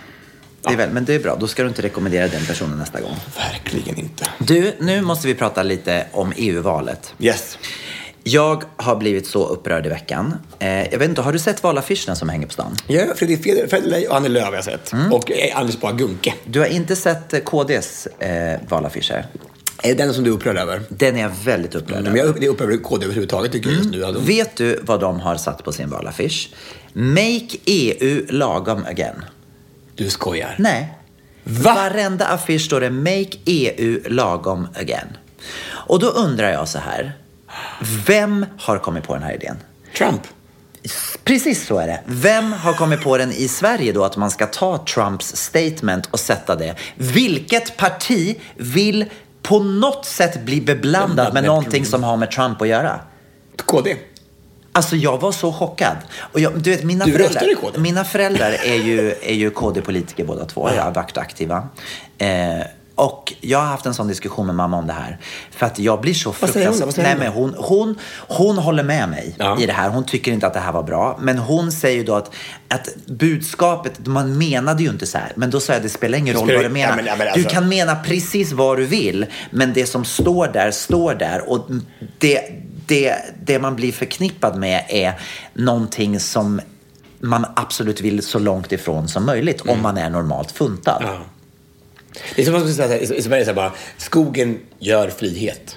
C: Det är väl, men det är bra, då ska du inte rekommendera den personen nästa gång.
B: Verkligen inte.
C: Du, nu måste vi prata lite om E EU-valet.
B: Yes.
C: Jag har blivit så upprörd i veckan. Eh, jag vet inte, har du sett valaffischerna som hänger på stan?
B: Ja, Fredrik Feder- Federley och Annie Lööf har jag sett.
C: Mm.
B: Och eh, Anders Bah Gunke.
C: Du har inte sett eh, KDs eh, valaffischer?
B: Är det den som du är upprörd över?
C: Den är jag väldigt upprörd
B: Men jag är upprörd över KD överhuvudtaget tycker jag just nu. Alltså.
C: Vet du vad de har satt på sin valaffisch? Make EU lagom again.
B: Du skojar.
C: Nej.
B: Va?
C: Varenda affisch står det Make EU lagom again. Och då undrar jag så här. Vem har kommit på den här idén?
B: Trump.
C: Precis så är det. Vem har kommit på den i Sverige då att man ska ta Trumps statement och sätta det? Vilket parti vill på något sätt bli beblandad med någonting som har med Trump att göra?
B: KD.
C: Alltså jag var så chockad. Och jag, du vet, mina,
B: Du röstade i
C: föräldrar,
B: KD?
C: mina föräldrar är ju, är ju KD-politiker båda två. Jag har varit aktiva. Eh, och jag har haft en sån diskussion med mamma om det här. För att jag blir så
B: säger hon då?
C: fruktansvärt...
B: Vad säger
C: Nej,
B: hon
C: men hon, hon, hon håller med mig
B: Ja.
C: i det här. Hon tycker inte att det här var bra. Men hon säger ju då att, att budskapet, man menade ju inte så här. Men då sa jag, det spelar ingen roll
B: spelar-
C: vad du menar.
B: Ja, men- ja, men
C: Du
B: alltså-
C: kan mena precis vad du vill, men det som står där, står där. Och det, det, det man blir förknippad med är någonting som man absolut vill så långt ifrån som möjligt, om man är normalt funtad.
B: Mm. Ja. Det är som att man skulle säga så här, i Sverige, så här bara, skogen gör frihet.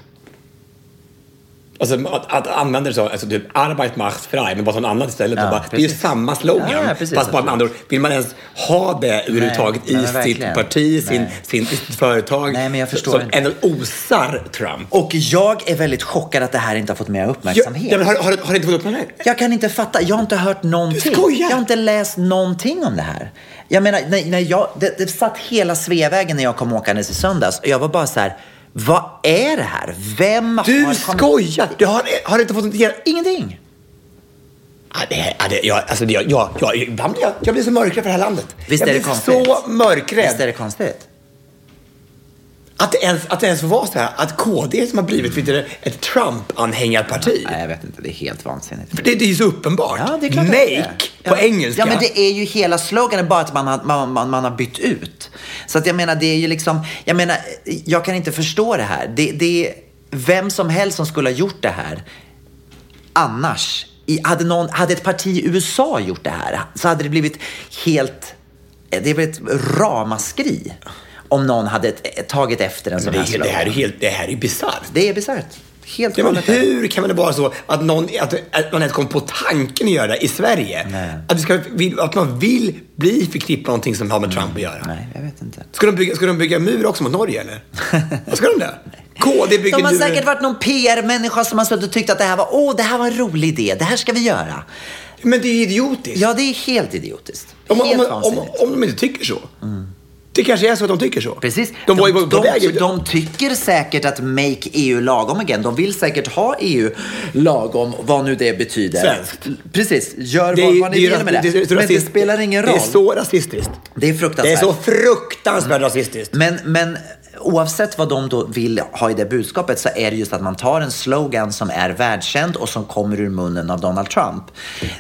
B: Alltså att, att använda det så, alltså typ Arbeit macht frei, men bara som annat istället.
C: Ja,
B: och bara, det är ju
C: precis.
B: samma slogan,
C: Ja, ja, precis,
B: fast bara med andra ord. Vill man ens ha det överhuvudtaget
C: nej,
B: i
C: men
B: sitt
C: verkligen.
B: parti, sin,
C: Nej.
B: sin, sitt företag?
C: Nej, men jag förstår
B: som
C: inte.
B: ändå osar Trump.
C: Och jag är väldigt chockad att det här inte har fått mer
B: Ja,
C: uppmärksamhet.
B: ja, men har, har, har det inte fått uppmärksamhet?
C: Jag kan inte fatta. Jag har inte hört någonting.
B: Du skojar!
C: Jag har inte läst någonting om det här. Jag menar, när, när jag, det, det satt hela Sveavägen när jag kom åkandes i söndags. Och jag var bara så här, vad är det här? Vem
B: Du
C: har
B: skojar! Du har, har inte fått något igen?
C: Ingenting.
B: Ja, det, här- ja, det, jag, alltså, det, jag, jag, jag, ibland blir jag, jag blir så mörkrädd för det här landet.
C: Visst
B: jag
C: är det
B: blir
C: konstigt?
B: så mörkrädd.
C: Visst är det konstigt?
B: Att det ens, att det ens var så här, att KD som har
C: Mm.
B: blivit vet du, ett Trump-anhängarparti.
C: Nej, jag vet inte. Det är helt vansinnigt.
B: För Det, det är ju så uppenbart.
C: Ja, det är klart att det är.
B: Make på
C: ja.
B: engelska.
C: Ja, men det är ju hela sloganen, bara att man har, man, man, man har bytt ut. Så att jag menar, det är ju liksom, jag menar, jag kan inte förstå det här. Det, det är vem som helst som skulle ha gjort det här annars. I, hade, någon, hade ett parti i USA gjort det här så hade det blivit helt, det hade blivit ett ramaskri om någon hade t- tagit efter en sån
B: det,
C: här
B: är- det
C: slogan.
B: här är helt, det här är bisarrt.
C: Det är bisarrt. Helt
B: Ja, men
C: galet.
B: hur kan det vara så att, någon, att, att man ens kom på tanken att göra det i Sverige? Att, vi ska, vill- att man vill bli förknippad med någonting som har med Trump att göra.
C: Mm. Nej, jag vet inte.
B: Ska de, bygga, ska de bygga mur också mot Norge eller? Ska de det? KD bygger
C: De har
B: mur.
C: säkert varit någon PR-människa som har suttit och tyckt att det här var, åh, det här var en rolig idé, det här ska vi göra.
B: Men det är ju idiotiskt.
C: Ja, det är helt idiotiskt.
B: om, man- om,
C: helt
B: man- om, om,
C: vansinnigt.
B: de inte tycker så. Det kanske är så att de tycker så.
C: Precis.
B: De, var ju på
C: de,
B: väg.
C: de, de tycker säkert att make EU lagom again. De vill säkert ha EU lagom, vad nu det betyder.
B: Svenskt.
C: Precis. Gör
B: Det är-
C: vad, vad ni
B: det är
C: vill med det.
B: rasist- det är så
C: Men det
B: rasist-
C: spelar ingen roll.
B: Det är så rasistiskt.
C: Det är
B: Det
C: fruktansvärt.
B: är så fruktansvärt rasistiskt.
C: Men, men oavsett vad de då vill ha i det budskapet så är det just att man tar en slogan som är världskänd och som kommer ur munnen av Donald Trump.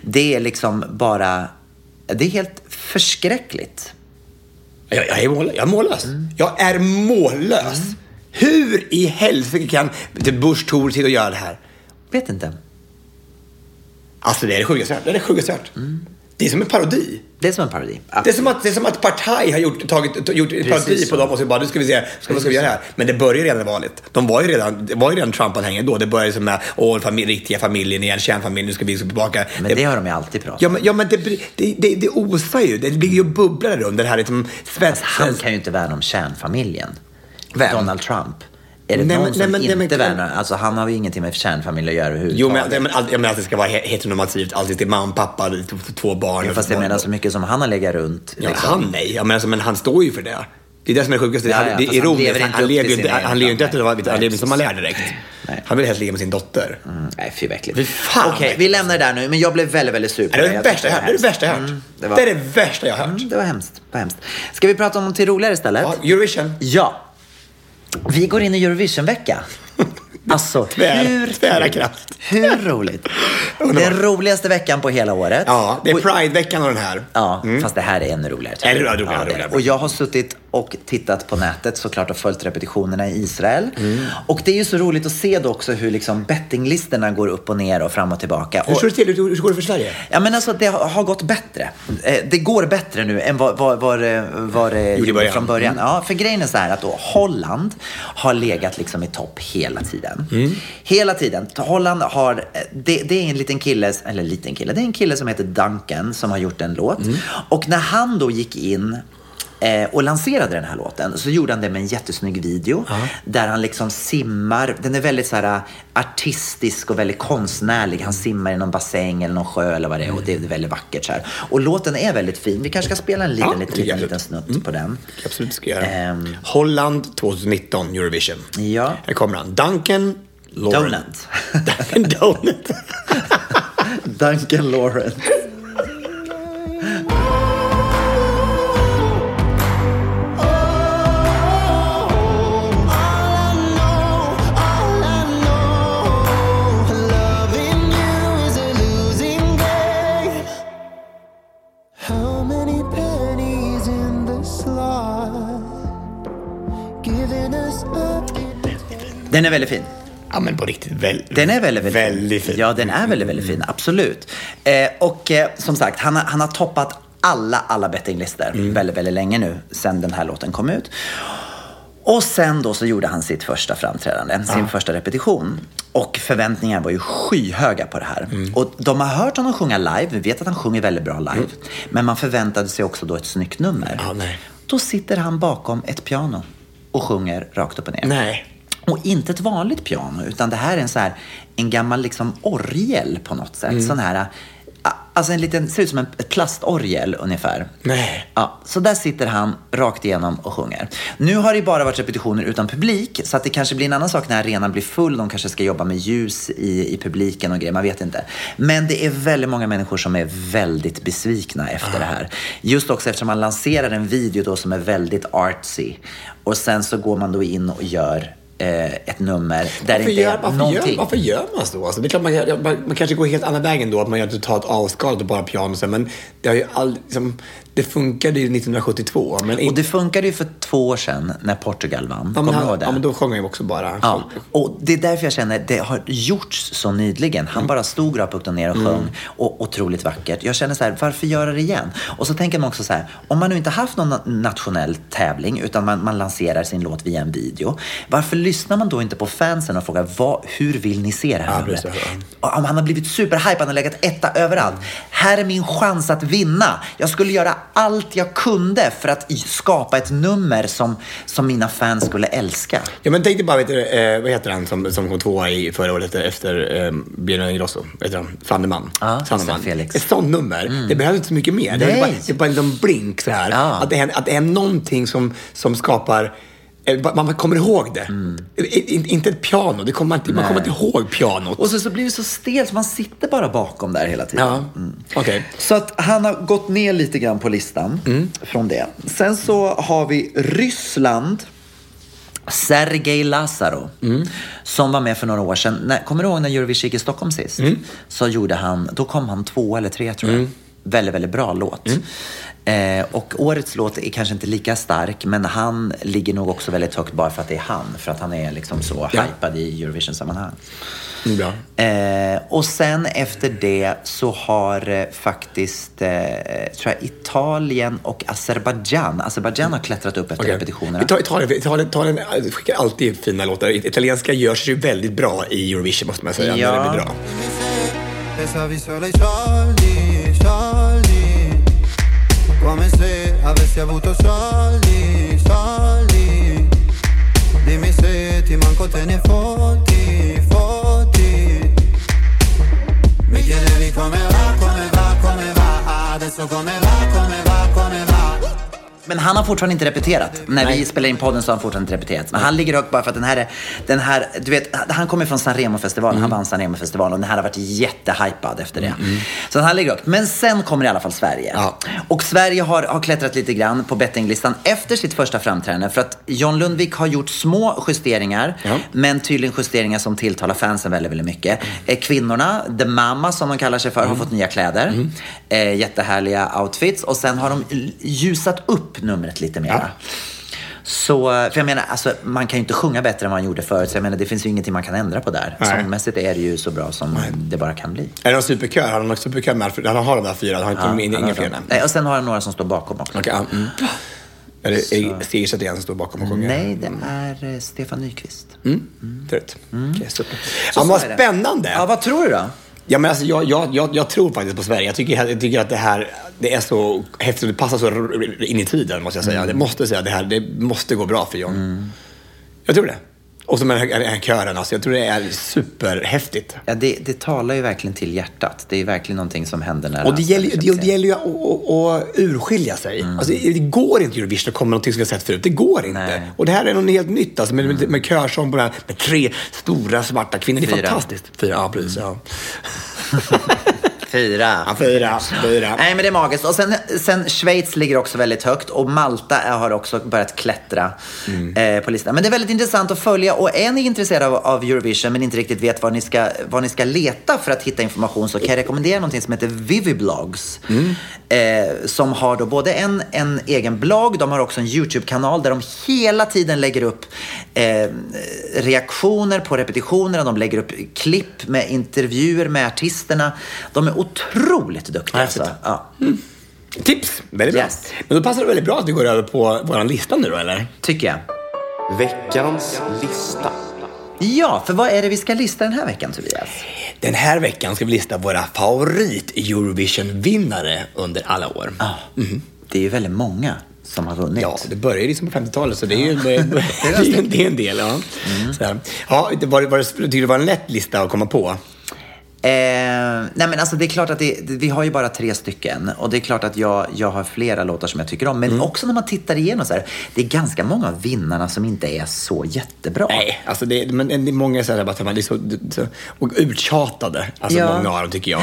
C: Det är liksom bara... Det är helt förskräckligt.
B: Jag, jag är mållös. Jag är mållös.
C: Mm.
B: Jag är mållös. Hur i helsike kan Bush Thor sitta och göra det här?
C: Vet inte.
B: Alltså det är det sjukaste jag hört. Det är det sjukaste jag hört.
C: Mm.
B: Det är som en parodi.
C: Det är som en parodi.
B: Det är som att, det är som att Partaj har gjort, tagit, t- gjort en parodi
C: så.
B: på dem och så bara, nu ska vi se, ska, vad ska vi göra här? Men det började redan i valet. De var ju redan, det var ju redan Trump-anhängare då. Det började som med, åh, fami- riktiga familjen igen, kärnfamiljen, nu ska vi tillbaka.
C: Men det har de ju alltid pratat
B: Ja men, ja, men det, blir- det, det, det osar ju. Det blir ju bubblor runt den här liksom, svensk...
C: Alltså, Han kan ju inte värna om kärnfamiljen.
B: Vem?
C: Donald Trump. Är det
B: Nej,
C: någon
B: men-
C: som
B: nej, men- nej,
C: inte
B: men-
C: värnar? Alltså han har ju ingenting med kärnfamilj att göra överhuvudtaget.
B: Jo, men, nej, men, all, jag menar att det ska vara he- heteronormativt. Alltid till mamma, pappa, t- t- två barn.
C: Ja, Fast jag menar så mycket som han har legat runt. liksom.
B: Ja, han nej. Jag menar, alltså, men han står ju för det. Det är det som är det sjukaste.
C: Ja, ja,
B: Han- det är
C: fast han
B: ironiskt.
C: lever
B: Han,
C: inte upp
B: lever ju
C: till
B: inte,
C: sina
B: han, han lever ju inte
C: egna
B: efter vad
C: planer.
B: han lever som han
C: Nej,
B: lär direkt.
C: Nej. Mm.
B: Han vill helst ligga med sin dotter.
C: Nej, fy vad äckligt.
B: Fy fan,
C: Okej,
B: vad
C: vi
B: äckligt.
C: lämnar det där nu. Men jag blev väldigt, väldigt sur på
B: Det är det
C: Jag
B: värsta jag hört.
C: tyckte
B: Det är det värsta jag hört.
C: Mm,
B: det,
C: var-
B: är det värsta jag har hört.
C: Mm, det var hemskt. Det var hemskt. Ska vi prata om någonting roligare istället?
B: Ja, Eurovision.
C: Ja. Vi går in i Eurovisionvecka. Alltså,
B: Tvär-
C: hur,
B: tvära kraft.
C: hur roligt?
B: Underbart.
C: Den roligaste veckan på hela året.
B: Ja, det är
C: Och-
B: Pride-veckan och den här.
C: Ja, fast det här är Mm. ännu roligare. tycker
B: Ännu
C: jag.
B: roligare,
C: Ja, det är
B: roligare.
C: det. Och jag har suttit och tittat på nätet såklart och följt repetitionerna i Israel. Och det är ju så roligt att se då också hur liksom bettinglistorna går upp och ner och fram och tillbaka.
B: Hur
C: Och-
B: står det till? Hur hur går det för Sverige?
C: Ja, men alltså det har har gått bättre. Eh, Det går bättre nu än vad, vad, vad, det- vad det
B: i
C: eh, gjorde
B: början.
C: från början. Ja, för grejen är så här att då Holland har legat liksom i topp hela tiden. Hela tiden. Holland har, eh, det, det är en liten kille, eller liten kille, det är en kille som heter Duncan som har gjort en låt. Och när han då gick in eh, och lanserade den här låten så gjorde han det med en jättesnygg video där han liksom simmar. Den är väldigt så här eh, artistisk och väldigt konstnärlig. Han simmar i någon bassäng eller någon sjö eller vad det är och det är väldigt vackert så här. Och låten är väldigt fin. Vi kanske ska spela en liten,
B: Ja,
C: liten,
B: tycker jag
C: liten, liten snutt på den.
B: Absolut ska jag göra.
C: Ehm.
B: Holland 2019 Eurovision.
C: Ja.
B: Här kommer han. Duncan Lauren.
C: Donut.
B: Duncan Donut.
C: Duncan Lawrence.
D: How many pennies in the slot? Giving us up.
C: Den är väldigt fin.
B: ja, men på riktigt. Väl,
C: Den är väldigt, väldigt,
B: väldigt fin.
C: Ja, den är väldigt, väldigt fin. Absolut. Eh, och eh, som sagt, han har, han har toppat alla, alla bettinglistor
B: Mm.
C: väldigt, väldigt länge nu, sen den här låten kom ut. Och sen då så gjorde han sitt första framträdande, sin första repetition. Och förväntningarna var ju skyhöga på det här.
B: Mm.
C: Och de har hört honom sjunga live, vi vet att han sjunger väldigt bra live. Men man förväntade sig också då ett snyggt nummer.
B: Mm. Ja, nej.
C: Då sitter han bakom ett piano och sjunger rakt upp och ner.
B: Nej.
C: Och inte ett vanligt piano, utan det här är en, så här, en gammal liksom orgel på något sätt. Sån här, Alltså en liten, ser ut som en, ett plastorgel ungefär.
B: Nej.
C: Ja, så där sitter han rakt igenom och sjunger. Nu har det bara varit repetitioner utan publik, så att det kanske blir en annan sak när arenan blir full. De kanske ska jobba med ljus i, i publiken och grejer, man vet inte. Men det är väldigt många människor som är väldigt besvikna efter det här. Just också eftersom man lanserar en video då som är väldigt artsy. Och sen så går man då in och gör eh, ett nummer där det
B: Varför
C: inte
B: gör,
C: är
B: varför,
C: någonting.
B: gör, varför gör man så? Alltså, det är klart man, kan- man, man kanske går helt andra vägen då, att man gör totalt avskalat och bara piano. och så, Men det, har ju all, liksom, det funkade ju 1972. Men
C: Och
B: inte,
C: det funkade ju för två år sedan när Portugal vann.
B: ja, men,
C: Kommer du
B: han,
C: ihåg det?
B: ja, men då sjöng han ju också bara.
C: Ja, och det är därför jag känner det har gjorts så nyligen.
B: Mm.
C: Han bara stod rakt upp och ner och sjöng och otroligt vackert. Jag känner så här, varför göra det igen? Och så tänker man också så här, om man nu inte haft någon na- nationell tävling utan man, man lanserar sin låt via en video. Varför lyssnar man då inte på fansen och frågar, vad, hur vill ni se det här?
B: Ja,
C: numret?"
B: precis, ja.
C: Och Om han har blivit superhype, han har legat etta överallt. Här är min chans att vinna. Jag skulle göra allt jag kunde för att i- skapa ett nummer som, som mina fans skulle älska.
B: Ja, men tänk dig bara, vet du, eh, vad heter han som, som kom tvåa i förra året efter eh, Björn Ingrosso? Vad heter han? Sandeman.
C: Ja,
B: Sandeman.
C: San Felix. Mm.
B: Ett sånt nummer. Det behövs inte så mycket mer. Det är
C: Nej.
B: bara, det är bara en liten blink så här.
C: Ja.
B: Att, det är, att det är någonting som, som skapar eh, bara- man kommer ihåg det.
C: Mm.
B: I- i- inte ett piano. Det kommer man, inte, man kommer inte ihåg pianot.
C: Och så, så blir det så stelt, så man sitter bara bakom där hela tiden. Mm.
B: Ja, okej.
C: Så att han har gått ner lite grann på listan
B: Mm.
C: från det. Sen så har vi Ryssland. Sergej Lazaro,
B: Mm.
C: som var med för några år sedan. När, kommer du ihåg när Eurovision gick i Stockholm sist?
B: Mm.
C: Så gjorde han, då kom han två eller tre tror jag. Väldigt, väldigt bra låt.
B: Mm.
C: Eh, och årets låt är kanske inte lika stark, men han ligger nog också väldigt högt bara för att det är han. För att han är liksom så
B: Ja.
C: hypad i Eurovision-sammanhang.
B: Mm, Bra.
C: Eh, och sen efter det så har eh, faktiskt eh, tror jag Italien och Azerbajdzjan. Azerbajdzjan har klättrat upp efter
B: Okej.
C: repetitionerna.
B: Vi tar Italien, för Italien, Italien eh, skickar alltid fina låtar. Italienska görs ju väldigt bra i Eurovision, måste man säga.
C: Ja.
B: När det blir bra.
H: Et sa vie sur les soldi, soldi Come se avessi avuto soldi, soldi Dimmi se ti manco te ne fotti, fotti Mi chiedevi come va, come va, come va Ah, Adesso come va, come va, come va
C: Men han har fortfarande inte repeterat. När vi spelar in podden så har han fortfarande inte repeterat. Men han ligger högt bara för att den här, är- den här du vet, han kommer från Sanremo-festivalen, han
B: Mm.
C: vann Sanremo-festivalen och den här har varit jättehypad efter det. Så han ligger högt. Men sen kommer i alla fall Sverige.
B: Ja.
C: Och Sverige har, har klättrat lite grann på bettinglistan efter sitt första framträdande för att John Lundvik har gjort små justeringar,
B: Ja.
C: men tydligen justeringar som tilltalar fansen väldigt, väldigt mycket. Eh, Kvinnorna, The Mama som de kallar sig för,
B: Mm.
C: har fått nya kläder. Eh, jättehärliga outfits och sen har de l- ljusat upp numret lite mer. Så, för jag menar, alltså, man kan ju inte sjunga bättre än vad man gjorde förut. Så jag menar, det finns ju ingenting man kan ändra på där.
B: Nej.
C: Sångmässigt är det ju så bra som det bara kan bli.
B: Är det någon superkör? Har han någon superkör med Alfred? Han har de där fyra, han har inte inga
C: Ja,
B: fler?
C: han
B: nej.
C: har- Nej, och sen har han några som står bakom också.
B: Okej, ja, mm. Är det är det Segerstedt igen som står bakom och sjunger?
C: Nej, det är eh, Stefan Nyqvist.
B: Trött. Okej, super. Ja, men vad
C: Mm. Så är det.
B: spännande!
C: Ja, vad tror du då?
B: Ja, men alltså, jag, jag, jag, jag tror faktiskt på Sverige. Jag tycker, jag tycker att det här det är så häftigt och det passar så r- r- in i tiden, måste jag säga.
C: Mm.
B: Det måste säga det här, det måste gå bra för John. Jag tror det. Och så med den här, den här kören, alltså, jag tror det är superhäftigt.
C: Ja, det, det talar ju verkligen till hjärtat. Det är verkligen någonting som händer när
B: Och det
C: han
B: gäller, det,
C: ställer sig
B: och
C: på
B: det gäller ju att och, och urskilja sig.
C: Mm.
B: Alltså, det det går inte i Eurovision att komma någonting som vi har sett förut. Det går inte.
C: Nej. Mm.
B: Och det här är något helt nytt. Alltså, med, med, med körsång på den här, med tre stora svarta kvinnor. Det är
C: Fyra.
B: fantastiskt. Fyra, ja precis. Ja.
C: scen. Fyra.
B: Ja, fyra, fyra.
C: Nej, men det är magiskt. Och sen, sen Schweiz ligger också väldigt högt och Malta är- har också börjat klättra eh, på listan. Men det är väldigt intressant att följa och är ni intresserade av, av Eurovision men inte riktigt vet var ni, ska, var ni ska leta för att hitta information så kan jag rekommendera någonting som heter Viviblogs. Eh, som har då både en, en egen blogg, de har också en YouTube-kanal där de hela tiden lägger upp eh, reaktioner på repetitionerna, de lägger upp klipp med intervjuer med artisterna. De är otroligt duktiga.
B: Häftigt.
C: Alltså. Ja.
B: Tips! Väldigt bra.
C: Yes.
B: Men då passar det väldigt bra att vi går över på vår lista nu då, eller?
C: Tycker jag.
D: Veckans lista.
C: Ja, för vad är det vi ska lista den här veckan Tobias?
B: Den här veckan ska vi lista våra favorit-Eurovision-vinnare under alla år.
C: Ah. Det är ju väldigt många som har vunnit.
B: mhm. Ja, det började ju liksom på 50-talet, så det är ju det är ju Mm. en, det är en del. Ja. Så här. Ja, det var, var, det- tyckte du det var en lätt lista att komma på?
C: Eh, nej men alltså det är klart att det, vi har ju bara tre stycken och det är klart att jag, jag har flera låtar som jag tycker om. Men
B: Mm.
C: också när man tittar igenom så här, det är ganska många av vinnarna som inte är så jättebra.
B: Nej, alltså det, men det är många säger bara att man är så, så, och uttjatade. Alltså
C: Ja.
B: många av dem tycker jag.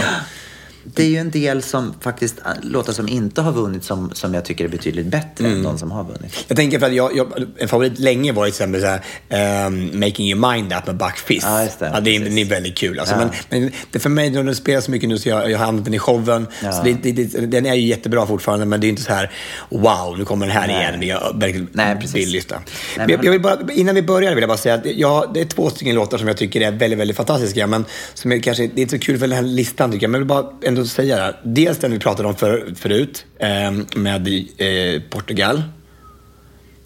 C: Det är ju en del som faktiskt, eh, låtar som inte har vunnit som, som jag tycker är betydligt bättre
B: Mm.
C: än de som har vunnit.
B: Jag tänker för att jag, jag, en favorit länge var till exempel så här, ehm, Making Your Mind Up med Buck Fizz.
C: Ja, just det.
B: ja, det, är,
C: Precis.
B: det är väldigt kul. Alltså,
C: Ja.
B: men, men det för mig, när den spelar så mycket nu så jag, jag har använt den i showen. Så det, det, det, den är ju jättebra fortfarande, men det är inte så här wow, nu kommer den här
C: Nej.
B: igen. Det är verkligen
C: Nej, precis.
B: billig lista.
C: men-
B: Men jag, jag vill bara, innan vi börjar vill jag bara säga att jag, det är två stycken låtar som jag tycker är väldigt, väldigt fantastiska, men som är kanske, det är inte så kul för den här listan tycker jag, men jag vill bara ändå säga det. här. Dels den vi pratade om för, förut, ehm, med eh, Portugal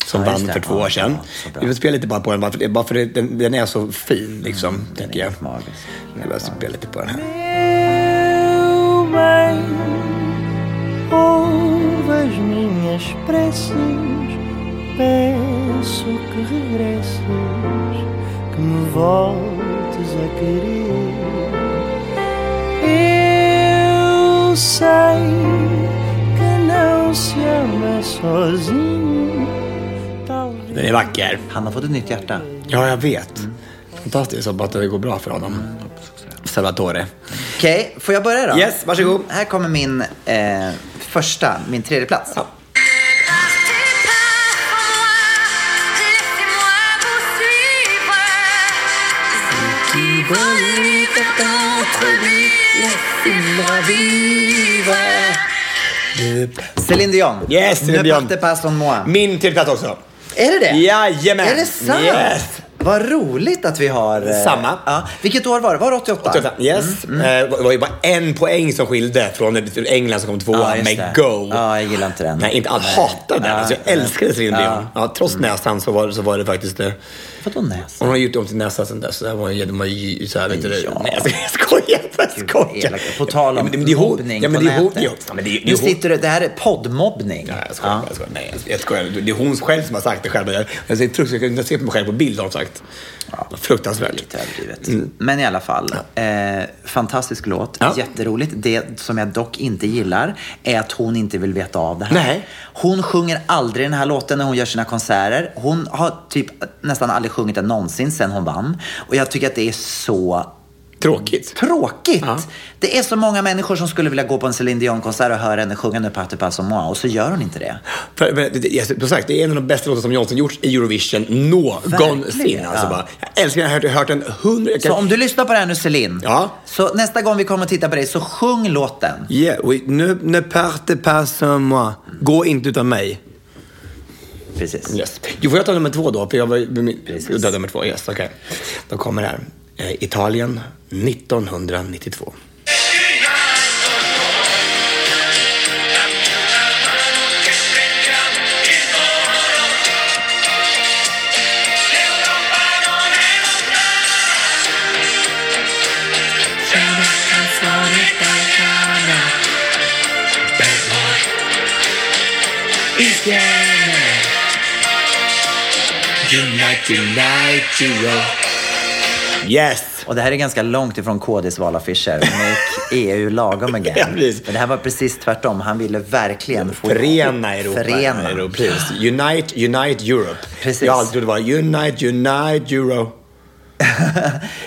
B: som
C: Ja, just
B: vann
C: det.
B: för två
C: Ja,
B: år sedan.
C: ja, så bra.
B: vi får spela lite bara på den, bara för, bara för det, den, den är så
C: Mm,
B: fin, liksom, tänker jag.
C: Magisk.
B: Jag bara spela lite på den här.
D: Ouve as minhas preces, peço que regresses, que me voltes a querer. Eu sei que não se ama sozinho, talvez.
B: Den är vacker.
C: Han har fått ett nytt hjärta.
B: Ja, jag vet.
C: Mm.
B: Fantastiskt så bara att det går bra för honom. Salvatore.
C: Okej, får jag börja då?
B: Yes, varsågod.
C: Här kommer min eh, första, min tredje plats. Céline Dion.
B: Yes, Céline
C: Ne
B: Dion.
C: partez pas sans moi.
B: Min tillplats också.
C: Är det det?
B: Jajamän.
C: Är det sant?
B: Yes.
C: Vad roligt att vi har... eh,
B: Samma.
C: Ja. Vilket år var det? Var det 88?
B: Yes.
C: Mm,
B: Eh, det var ju bara en poäng som skilde från England som kom tvåa
C: Ja, just
B: med
C: det.
B: Go.
C: Ja, jag gillar inte den.
B: Oh Nej, inte alls. Hatar den. Alltså, jag älskade Céline Dion. Ja, trots
C: Mm.
B: näsan så var, så var det faktiskt eh, det.
C: Vadå näsa?
B: Hon har gjort om till näsa sen dess. Så det här var ju, de var ju så här, vet du
C: Ja.
B: det. Nej, jag skojar. Jag
C: Gud,
B: skojar.
C: vad elakt. På tal om
B: Ja, men det är hon-
C: mobbning
B: ja, men
C: på
B: det är hon-
C: nätet.
B: ja, men det är- det är
C: nu
B: hon-
C: sitter du, det här är poddmobbning.
B: Nej, jag skojar. Jag skojar. Nej, jag skojar. Det är hon själv som har sagt det själv. Jag, jag, ser- jag, jag kan inte se på mig själv på bild, har hon sagt. Fruktansvärt.
C: Lite överdrivet. Men i alla fall, eh, fantastisk låt,
B: Mm. Ja.
C: jätteroligt. Det som jag dock inte gillar är att hon inte vill veta av det här.
B: Nej.
C: Hon sjunger aldrig den här låten när hon gör sina konserter. Hon har typ nästan aldrig sjungit den någonsin sedan hon vann. Och jag tycker att det är så
B: Tråkigt.
C: tråkigt.
B: Ja.
C: Det är så många människor som skulle vilja gå på en Céline Dion-konsert och höra henne sjunga Nu party pas som moi och så gör hon inte det.
B: För, men, det- det, som sagt, det är en av de bästa låtarna som någonsin gjorts i Eurovision någonsin.
C: Verkligen,
B: Alltså,
C: ja.
B: bara, jag älskar den. Jag har hört- jag har hört den hundra... jag
C: Så
B: kan-
C: om du lyssnar på det här nu Céline,
B: Ja.
C: så nästa gång vi kommer och tittar på dig så sjung låten.
B: Yeah, oui. Ne, ne parte pas sans moi. Gå inte utan mig.
C: Precis.
B: Yes. Jo, får jag ta nummer två då? För jag var
C: Precis.
B: udda nummer två. Yes, okej. Då kommer det här. Eh, Italien 1992. Yes!
C: Och det här är ganska långt ifrån KDs valaffischer. Make EU E lagom again.
B: Ja, precis.
C: Men det här var precis tvärtom. Han ville verkligen få
B: Förena Europa.
C: Förena.
B: Europa. Precis. Unite, unite Europe.
C: Precis.
B: Jag har alltid trodde det var Unite, unite Euro.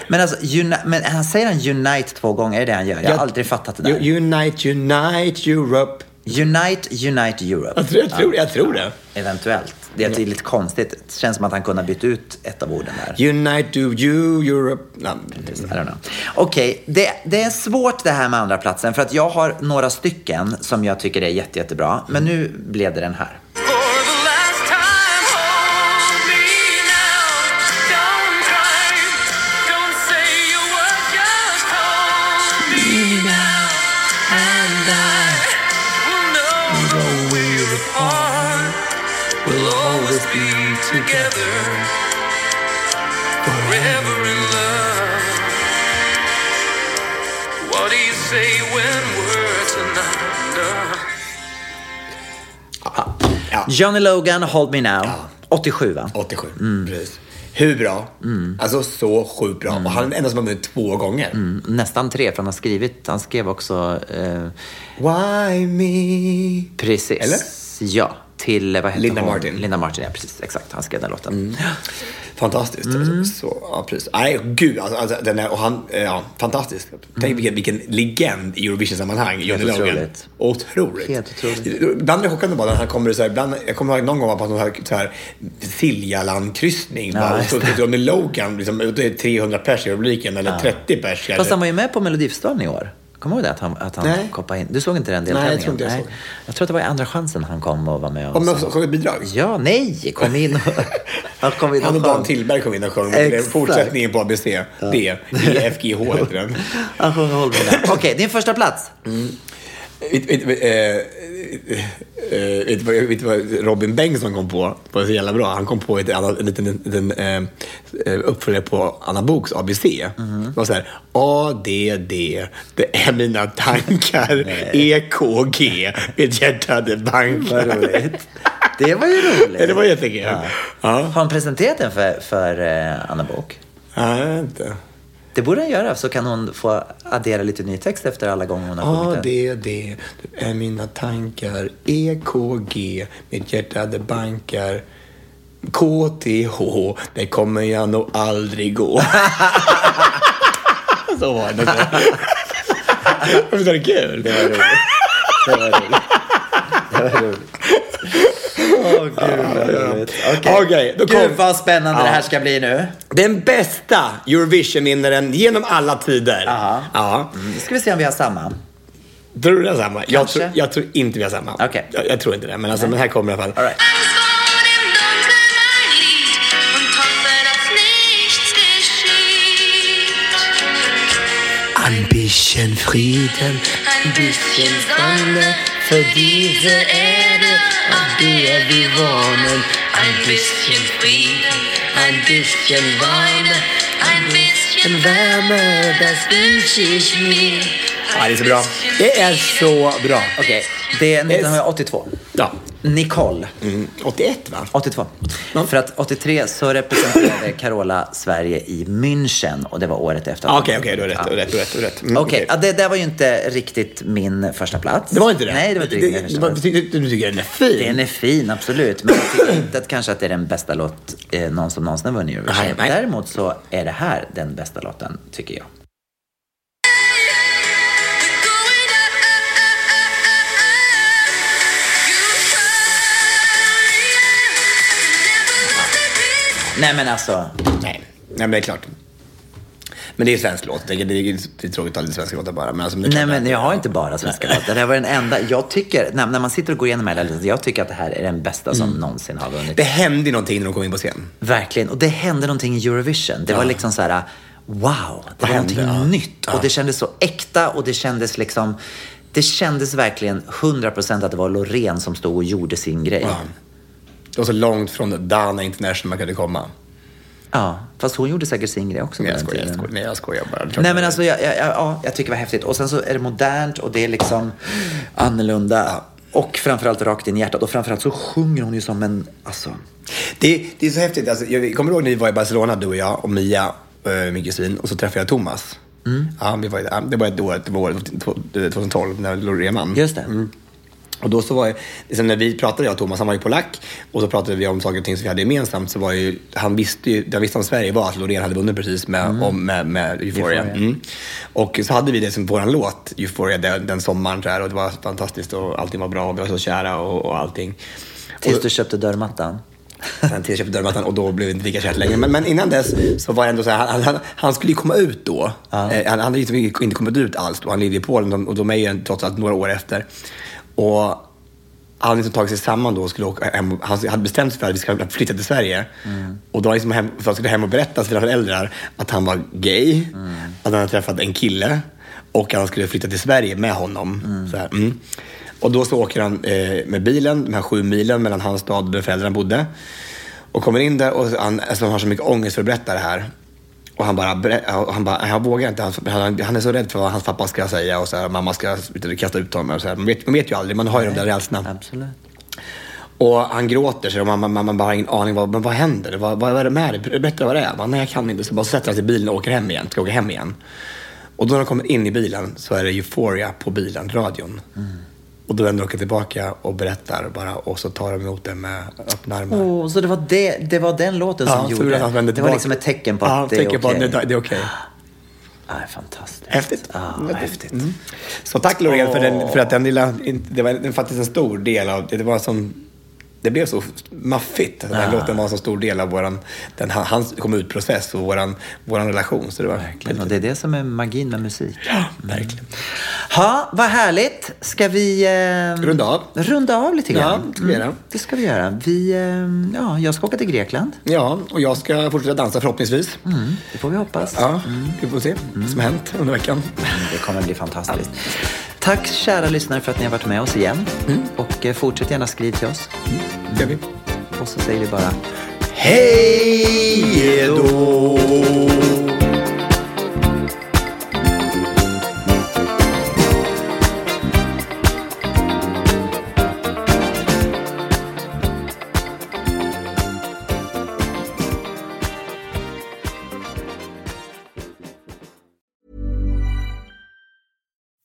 C: Men alltså, uni- men han säger han unite två gånger, är det han gör? Jag har aldrig fattat det där.
B: U- Unite, unite Europe.
C: Unite, unite Europe.
B: Jag tror, jag tror, jag tror det.
C: Eventuellt. Det är lite konstigt. Det känns som att han kunde ha bytt ut ett av orden där.
B: Unite do you Europe. Nej,
C: I don't know. Okej, det, det är svårt det här med andra platsen för att jag har några stycken som jag tycker är jätte, jättebra. Men nu blev det den här.
D: Together forever in love. What do you say when words are not enough?
C: Johnny Logan, Hold Me Now. 87 va?
B: Mm. 87. Precis. Hur bra? Alltså så sjukt bra. Och han är den enda som har vunnit två gånger.
C: Nästan tre, för han har skrivit, han skrev också, eh,
B: Why me?
C: precis.
B: Eller?
C: Ja, till, eh, vad heter
B: Linda
C: hon?
B: Martin. Mm.
C: Linda Martin, ja precis, exakt. Han skrev den låten.
B: Fantastiskt.
C: Mm.
B: Alltså, så, ja, precis. Nej, gud. Alltså, alltså, den är, och han, eh, ja, fantastisk. Tänk vilken, vilken legend i Eurovision-sammanhang, Johnny
C: Mm. Helt
B: Logan.
C: otroligt.
B: Otroligt.
C: Helt otroligt.
B: Ibland är det chockande bara när han kommer så här, ibland, jag kommer ihåg någon gång på här, så här Siljaland-kryssning. bara, och
C: just
B: så
C: det.
B: står Johnny Logan, liksom, och det är 300 pers i publiken, eller 30 pers.
C: Fast
B: Eller,
C: han var ju med på Melodifestivalen i år. Kommer du ihåg det? Att han, att han
B: Nej.
C: koppade in. Du såg inte
B: jag
C: den deltävlingen?
B: tror inte jag såg.
C: jag tror att det var i Andra chansen han kom och var med och
B: om jag
C: så-
B: sjöng ett bidrag.
C: Ja, nej! Kom in och... Han kom in
B: Han och
C: sjöng.
B: Dan Tillberg kom in och sjöng.
C: Exakt.
B: Fortsättningen på ABC. D. EFGH heter den.
C: Han sjöng Håll mig nära. Okej, din första plats.
B: Vet vet- vet- eh, eh, vet du vad- vet du vad Robin Bengtsson kom på? Det var så jävla bra. Han kom på ett annat- en liten, liten eh, eh, uppföljare på Anna Boks ABC. Det var så här A, D, D. Det är mina tankar. EKG. Mitt hjärta det
C: Vad
B: bankar.
C: roligt. Det var ju roligt.
B: Det var jättekul. Ja.
C: Har han presenterat den för, för eh, Anna Bok?
B: Nej, inte.
C: Det borde han göra, så kan hon få addera lite ny text efter alla gånger hon har
B: A,
C: sjungit den.
B: D, D. Det är mina tankar. EKG. Mitt hjärta det bankar. KTH. Det kommer jag nog aldrig gå. Så var det. Visst var det kul?
C: Det var roligt. Det var roligt. Det var roligt. Åh, gud vad roligt. Okej,
B: Okej, då
C: gud
B: kom-
C: vad spännande
B: Ja.
C: det här ska bli nu.
B: Den bästa Eurovision-vinnaren genom alla tider.
C: Ja.
B: Ja.
C: Nu ska vi se om vi har samma.
B: Tror du det är samma? Jag
C: Kanske.
B: tror, jag tror inte vi har samma.
C: Okej.
B: Jag, jag tror inte det, men alltså, den här kommer i alla fall.
C: All right.
B: Ein bisschen Frieden, ein bisschen Sonne für diese Erde, auf der wir wohnen. Ein bisschen Frieden, ein bisschen Wärme, ein bisschen Wärme, das wünsche ich mir. Ja, det är så bra. Det är så bra.
C: Okej, det är 1982.
B: Ja.
C: Nicole,
B: Mm. 81 va?
C: 82. För att 83 så representerade Carola Sverige i München och det var året efter.
B: Ah, Okej, okej, du har rätt, du har rätt, du har rätt. Du har rätt. Mm,
C: Okej, ja, det där var ju inte riktigt min första plats.
B: Det var inte det?
C: Nej, det var inte riktigt min
B: det,
C: första
B: vad-
C: plats.
B: tycker Du du tycker den är fin?
C: Den är fin, absolut. Men jag tycker inte att kanske att det är den bästa låt eh, någon som någonsin har vunnit
B: Nej,
C: Eurovision.
B: nej.
C: Däremot så är det här den bästa låten, tycker jag. Nej men alltså,
B: Nej, nej men det är klart. Men det är svensk låt. Det är, det är, det är tråkigt att ha lite svenska låtar bara. Men alltså, men det är
C: nej
B: klart
C: men
B: att-
C: jag har inte bara svenska låtar. Det här var den enda, jag tycker, när, när man sitter och går igenom hela listan, jag tycker att det här är den bästa
B: Mm.
C: som någonsin har vunnit.
B: Det hände ju någonting när de kom in på scen.
C: Verkligen, och det hände någonting i Eurovision. Det var liksom så här, wow, det var
B: hände,
C: någonting
B: ja.
C: nytt. Och det kändes så äkta och det kändes liksom, det kändes verkligen 100% att det var Loreen som stod och gjorde sin grej.
B: Ja. Det var så långt från Dana International man kunde komma.
C: Ja, fast hon gjorde säkert sin grej också på
B: Nej, jag
C: den
B: skojar, jag
C: tiden.
B: skojar. Nej, jag skojar bara. Det är klart
C: Nej men
B: att-
C: alltså, jag, jag, jag, ja, jag tycker det var häftigt. Och sen så är det modernt och det är liksom annorlunda. Och framförallt rakt in i hjärtat. Och framförallt så sjunger hon ju som en, alltså.
B: Det, det är så häftigt. Alltså, jag kommer du ihåg när vi var i Barcelona, du och jag och Mia, eh, min kusin, och så träffade jag Thomas. Ja, vi var, ju där. det var ett år, det var året två- 2012, när Loreen vann.
C: Just det.
B: Mm. Och då så var jag, sen när vi pratade, jag och Thomas, han var ju polack, och så pratade vi om saker och ting som vi hade gemensamt, så var ju, han visste ju, det han visste om Sverige var att Loreen hade vunnit precis med, om, med, med Euphoria.
C: Euphoria.
B: Mm. Och så hade vi det som vår låt, Euphoria, den, den sommaren där, och det var fantastiskt och allting var bra och vi var så kära och, och allting.
C: Tills du köpte dörrmattan.
B: Sen till köpte dörrmattan och då blev vi inte lika kärt längre. Men, men innan dess så var det ändå så här, han, han, han skulle ju komma ut då. Eh, Han hade liksom inte inte kommit ut alls då. Han levde i Polen och- och de är ju trots allt några år efter. Och han hade liksom tagit sig samman då och skulle åka hem. och- Han hade bestämt sig för att vi skulle flytta till Sverige. Och då var liksom hem, för han skulle hem och berätta för sina föräldrar att han var gay, att han hade träffat en kille och att han skulle flytta till Sverige med honom. Så här, mm. Och då så åker han eh, med bilen, de här sju milen mellan hans stad och där föräldrarna bodde. Och kommer in där och han, alltså, han har så mycket ångest för att berätta det här. Och han bara, berä- och han bara jag vågar inte. Han, han, han är så rädd för vad hans pappa ska säga och så här, mamma ska kasta ut honom. Och så här. Man, vet, man vet ju aldrig, man har ju de där rädslorna.
C: Absolut.
B: Och han gråter så man, man, man bara har ingen aning. Vad, men vad händer? Vad, vad är det med dig? Berätta vad det är. Bara, Nej, jag kan inte. Så bara sätter han sig i bilen och åker hem igen. Ska åka hem igen. Och då när de kommer in i bilen så är det Euphoria på bilen, radion. Och då vänder de tillbaka och berättar bara och så tar de emot det med öppna armar.
C: Åh, Oh, så det var, det, det var den låten som
B: så
C: gjorde
B: att han vände
C: det? Det var
B: tillbaka.
C: liksom ett tecken på
B: ja,
C: att det är okej.
B: tecken på att det- det är okej.
C: Ah, fantastiskt.
B: Häftigt. Mm.
C: Ah,
B: Häftigt.
C: häftigt.
B: Så tack Loreen för, den,
C: Åh.
B: för att den lilla, in- det var en, faktiskt en stor del av, det var som, det blev så maffigt. Den här låten var en så stor del av våran, den, här- hans kom ut-process och våran, våran relation. Så det var
C: Men, och det är det som är magin med musik.
B: Ja, verkligen.
C: Ha, vad härligt. Ska vi... Eh,
B: Runda av.
C: Runda av lite grann. Mm,
B: Ja, det ska vi göra.
C: det ska vi göra. Vi, eh, ja, jag ska åka till Grekland.
B: Ja, och jag ska fortsätta dansa förhoppningsvis.
C: Det får vi hoppas.
B: Ja, vi får se vad som har hänt under veckan.
C: Det kommer bli fantastiskt. Tack kära lyssnare för att ni har varit med oss igen.
B: Mm.
C: Och eh, fortsätt gärna skriv till oss.
B: Det gör vi.
C: Och så säger vi bara
B: Hej då!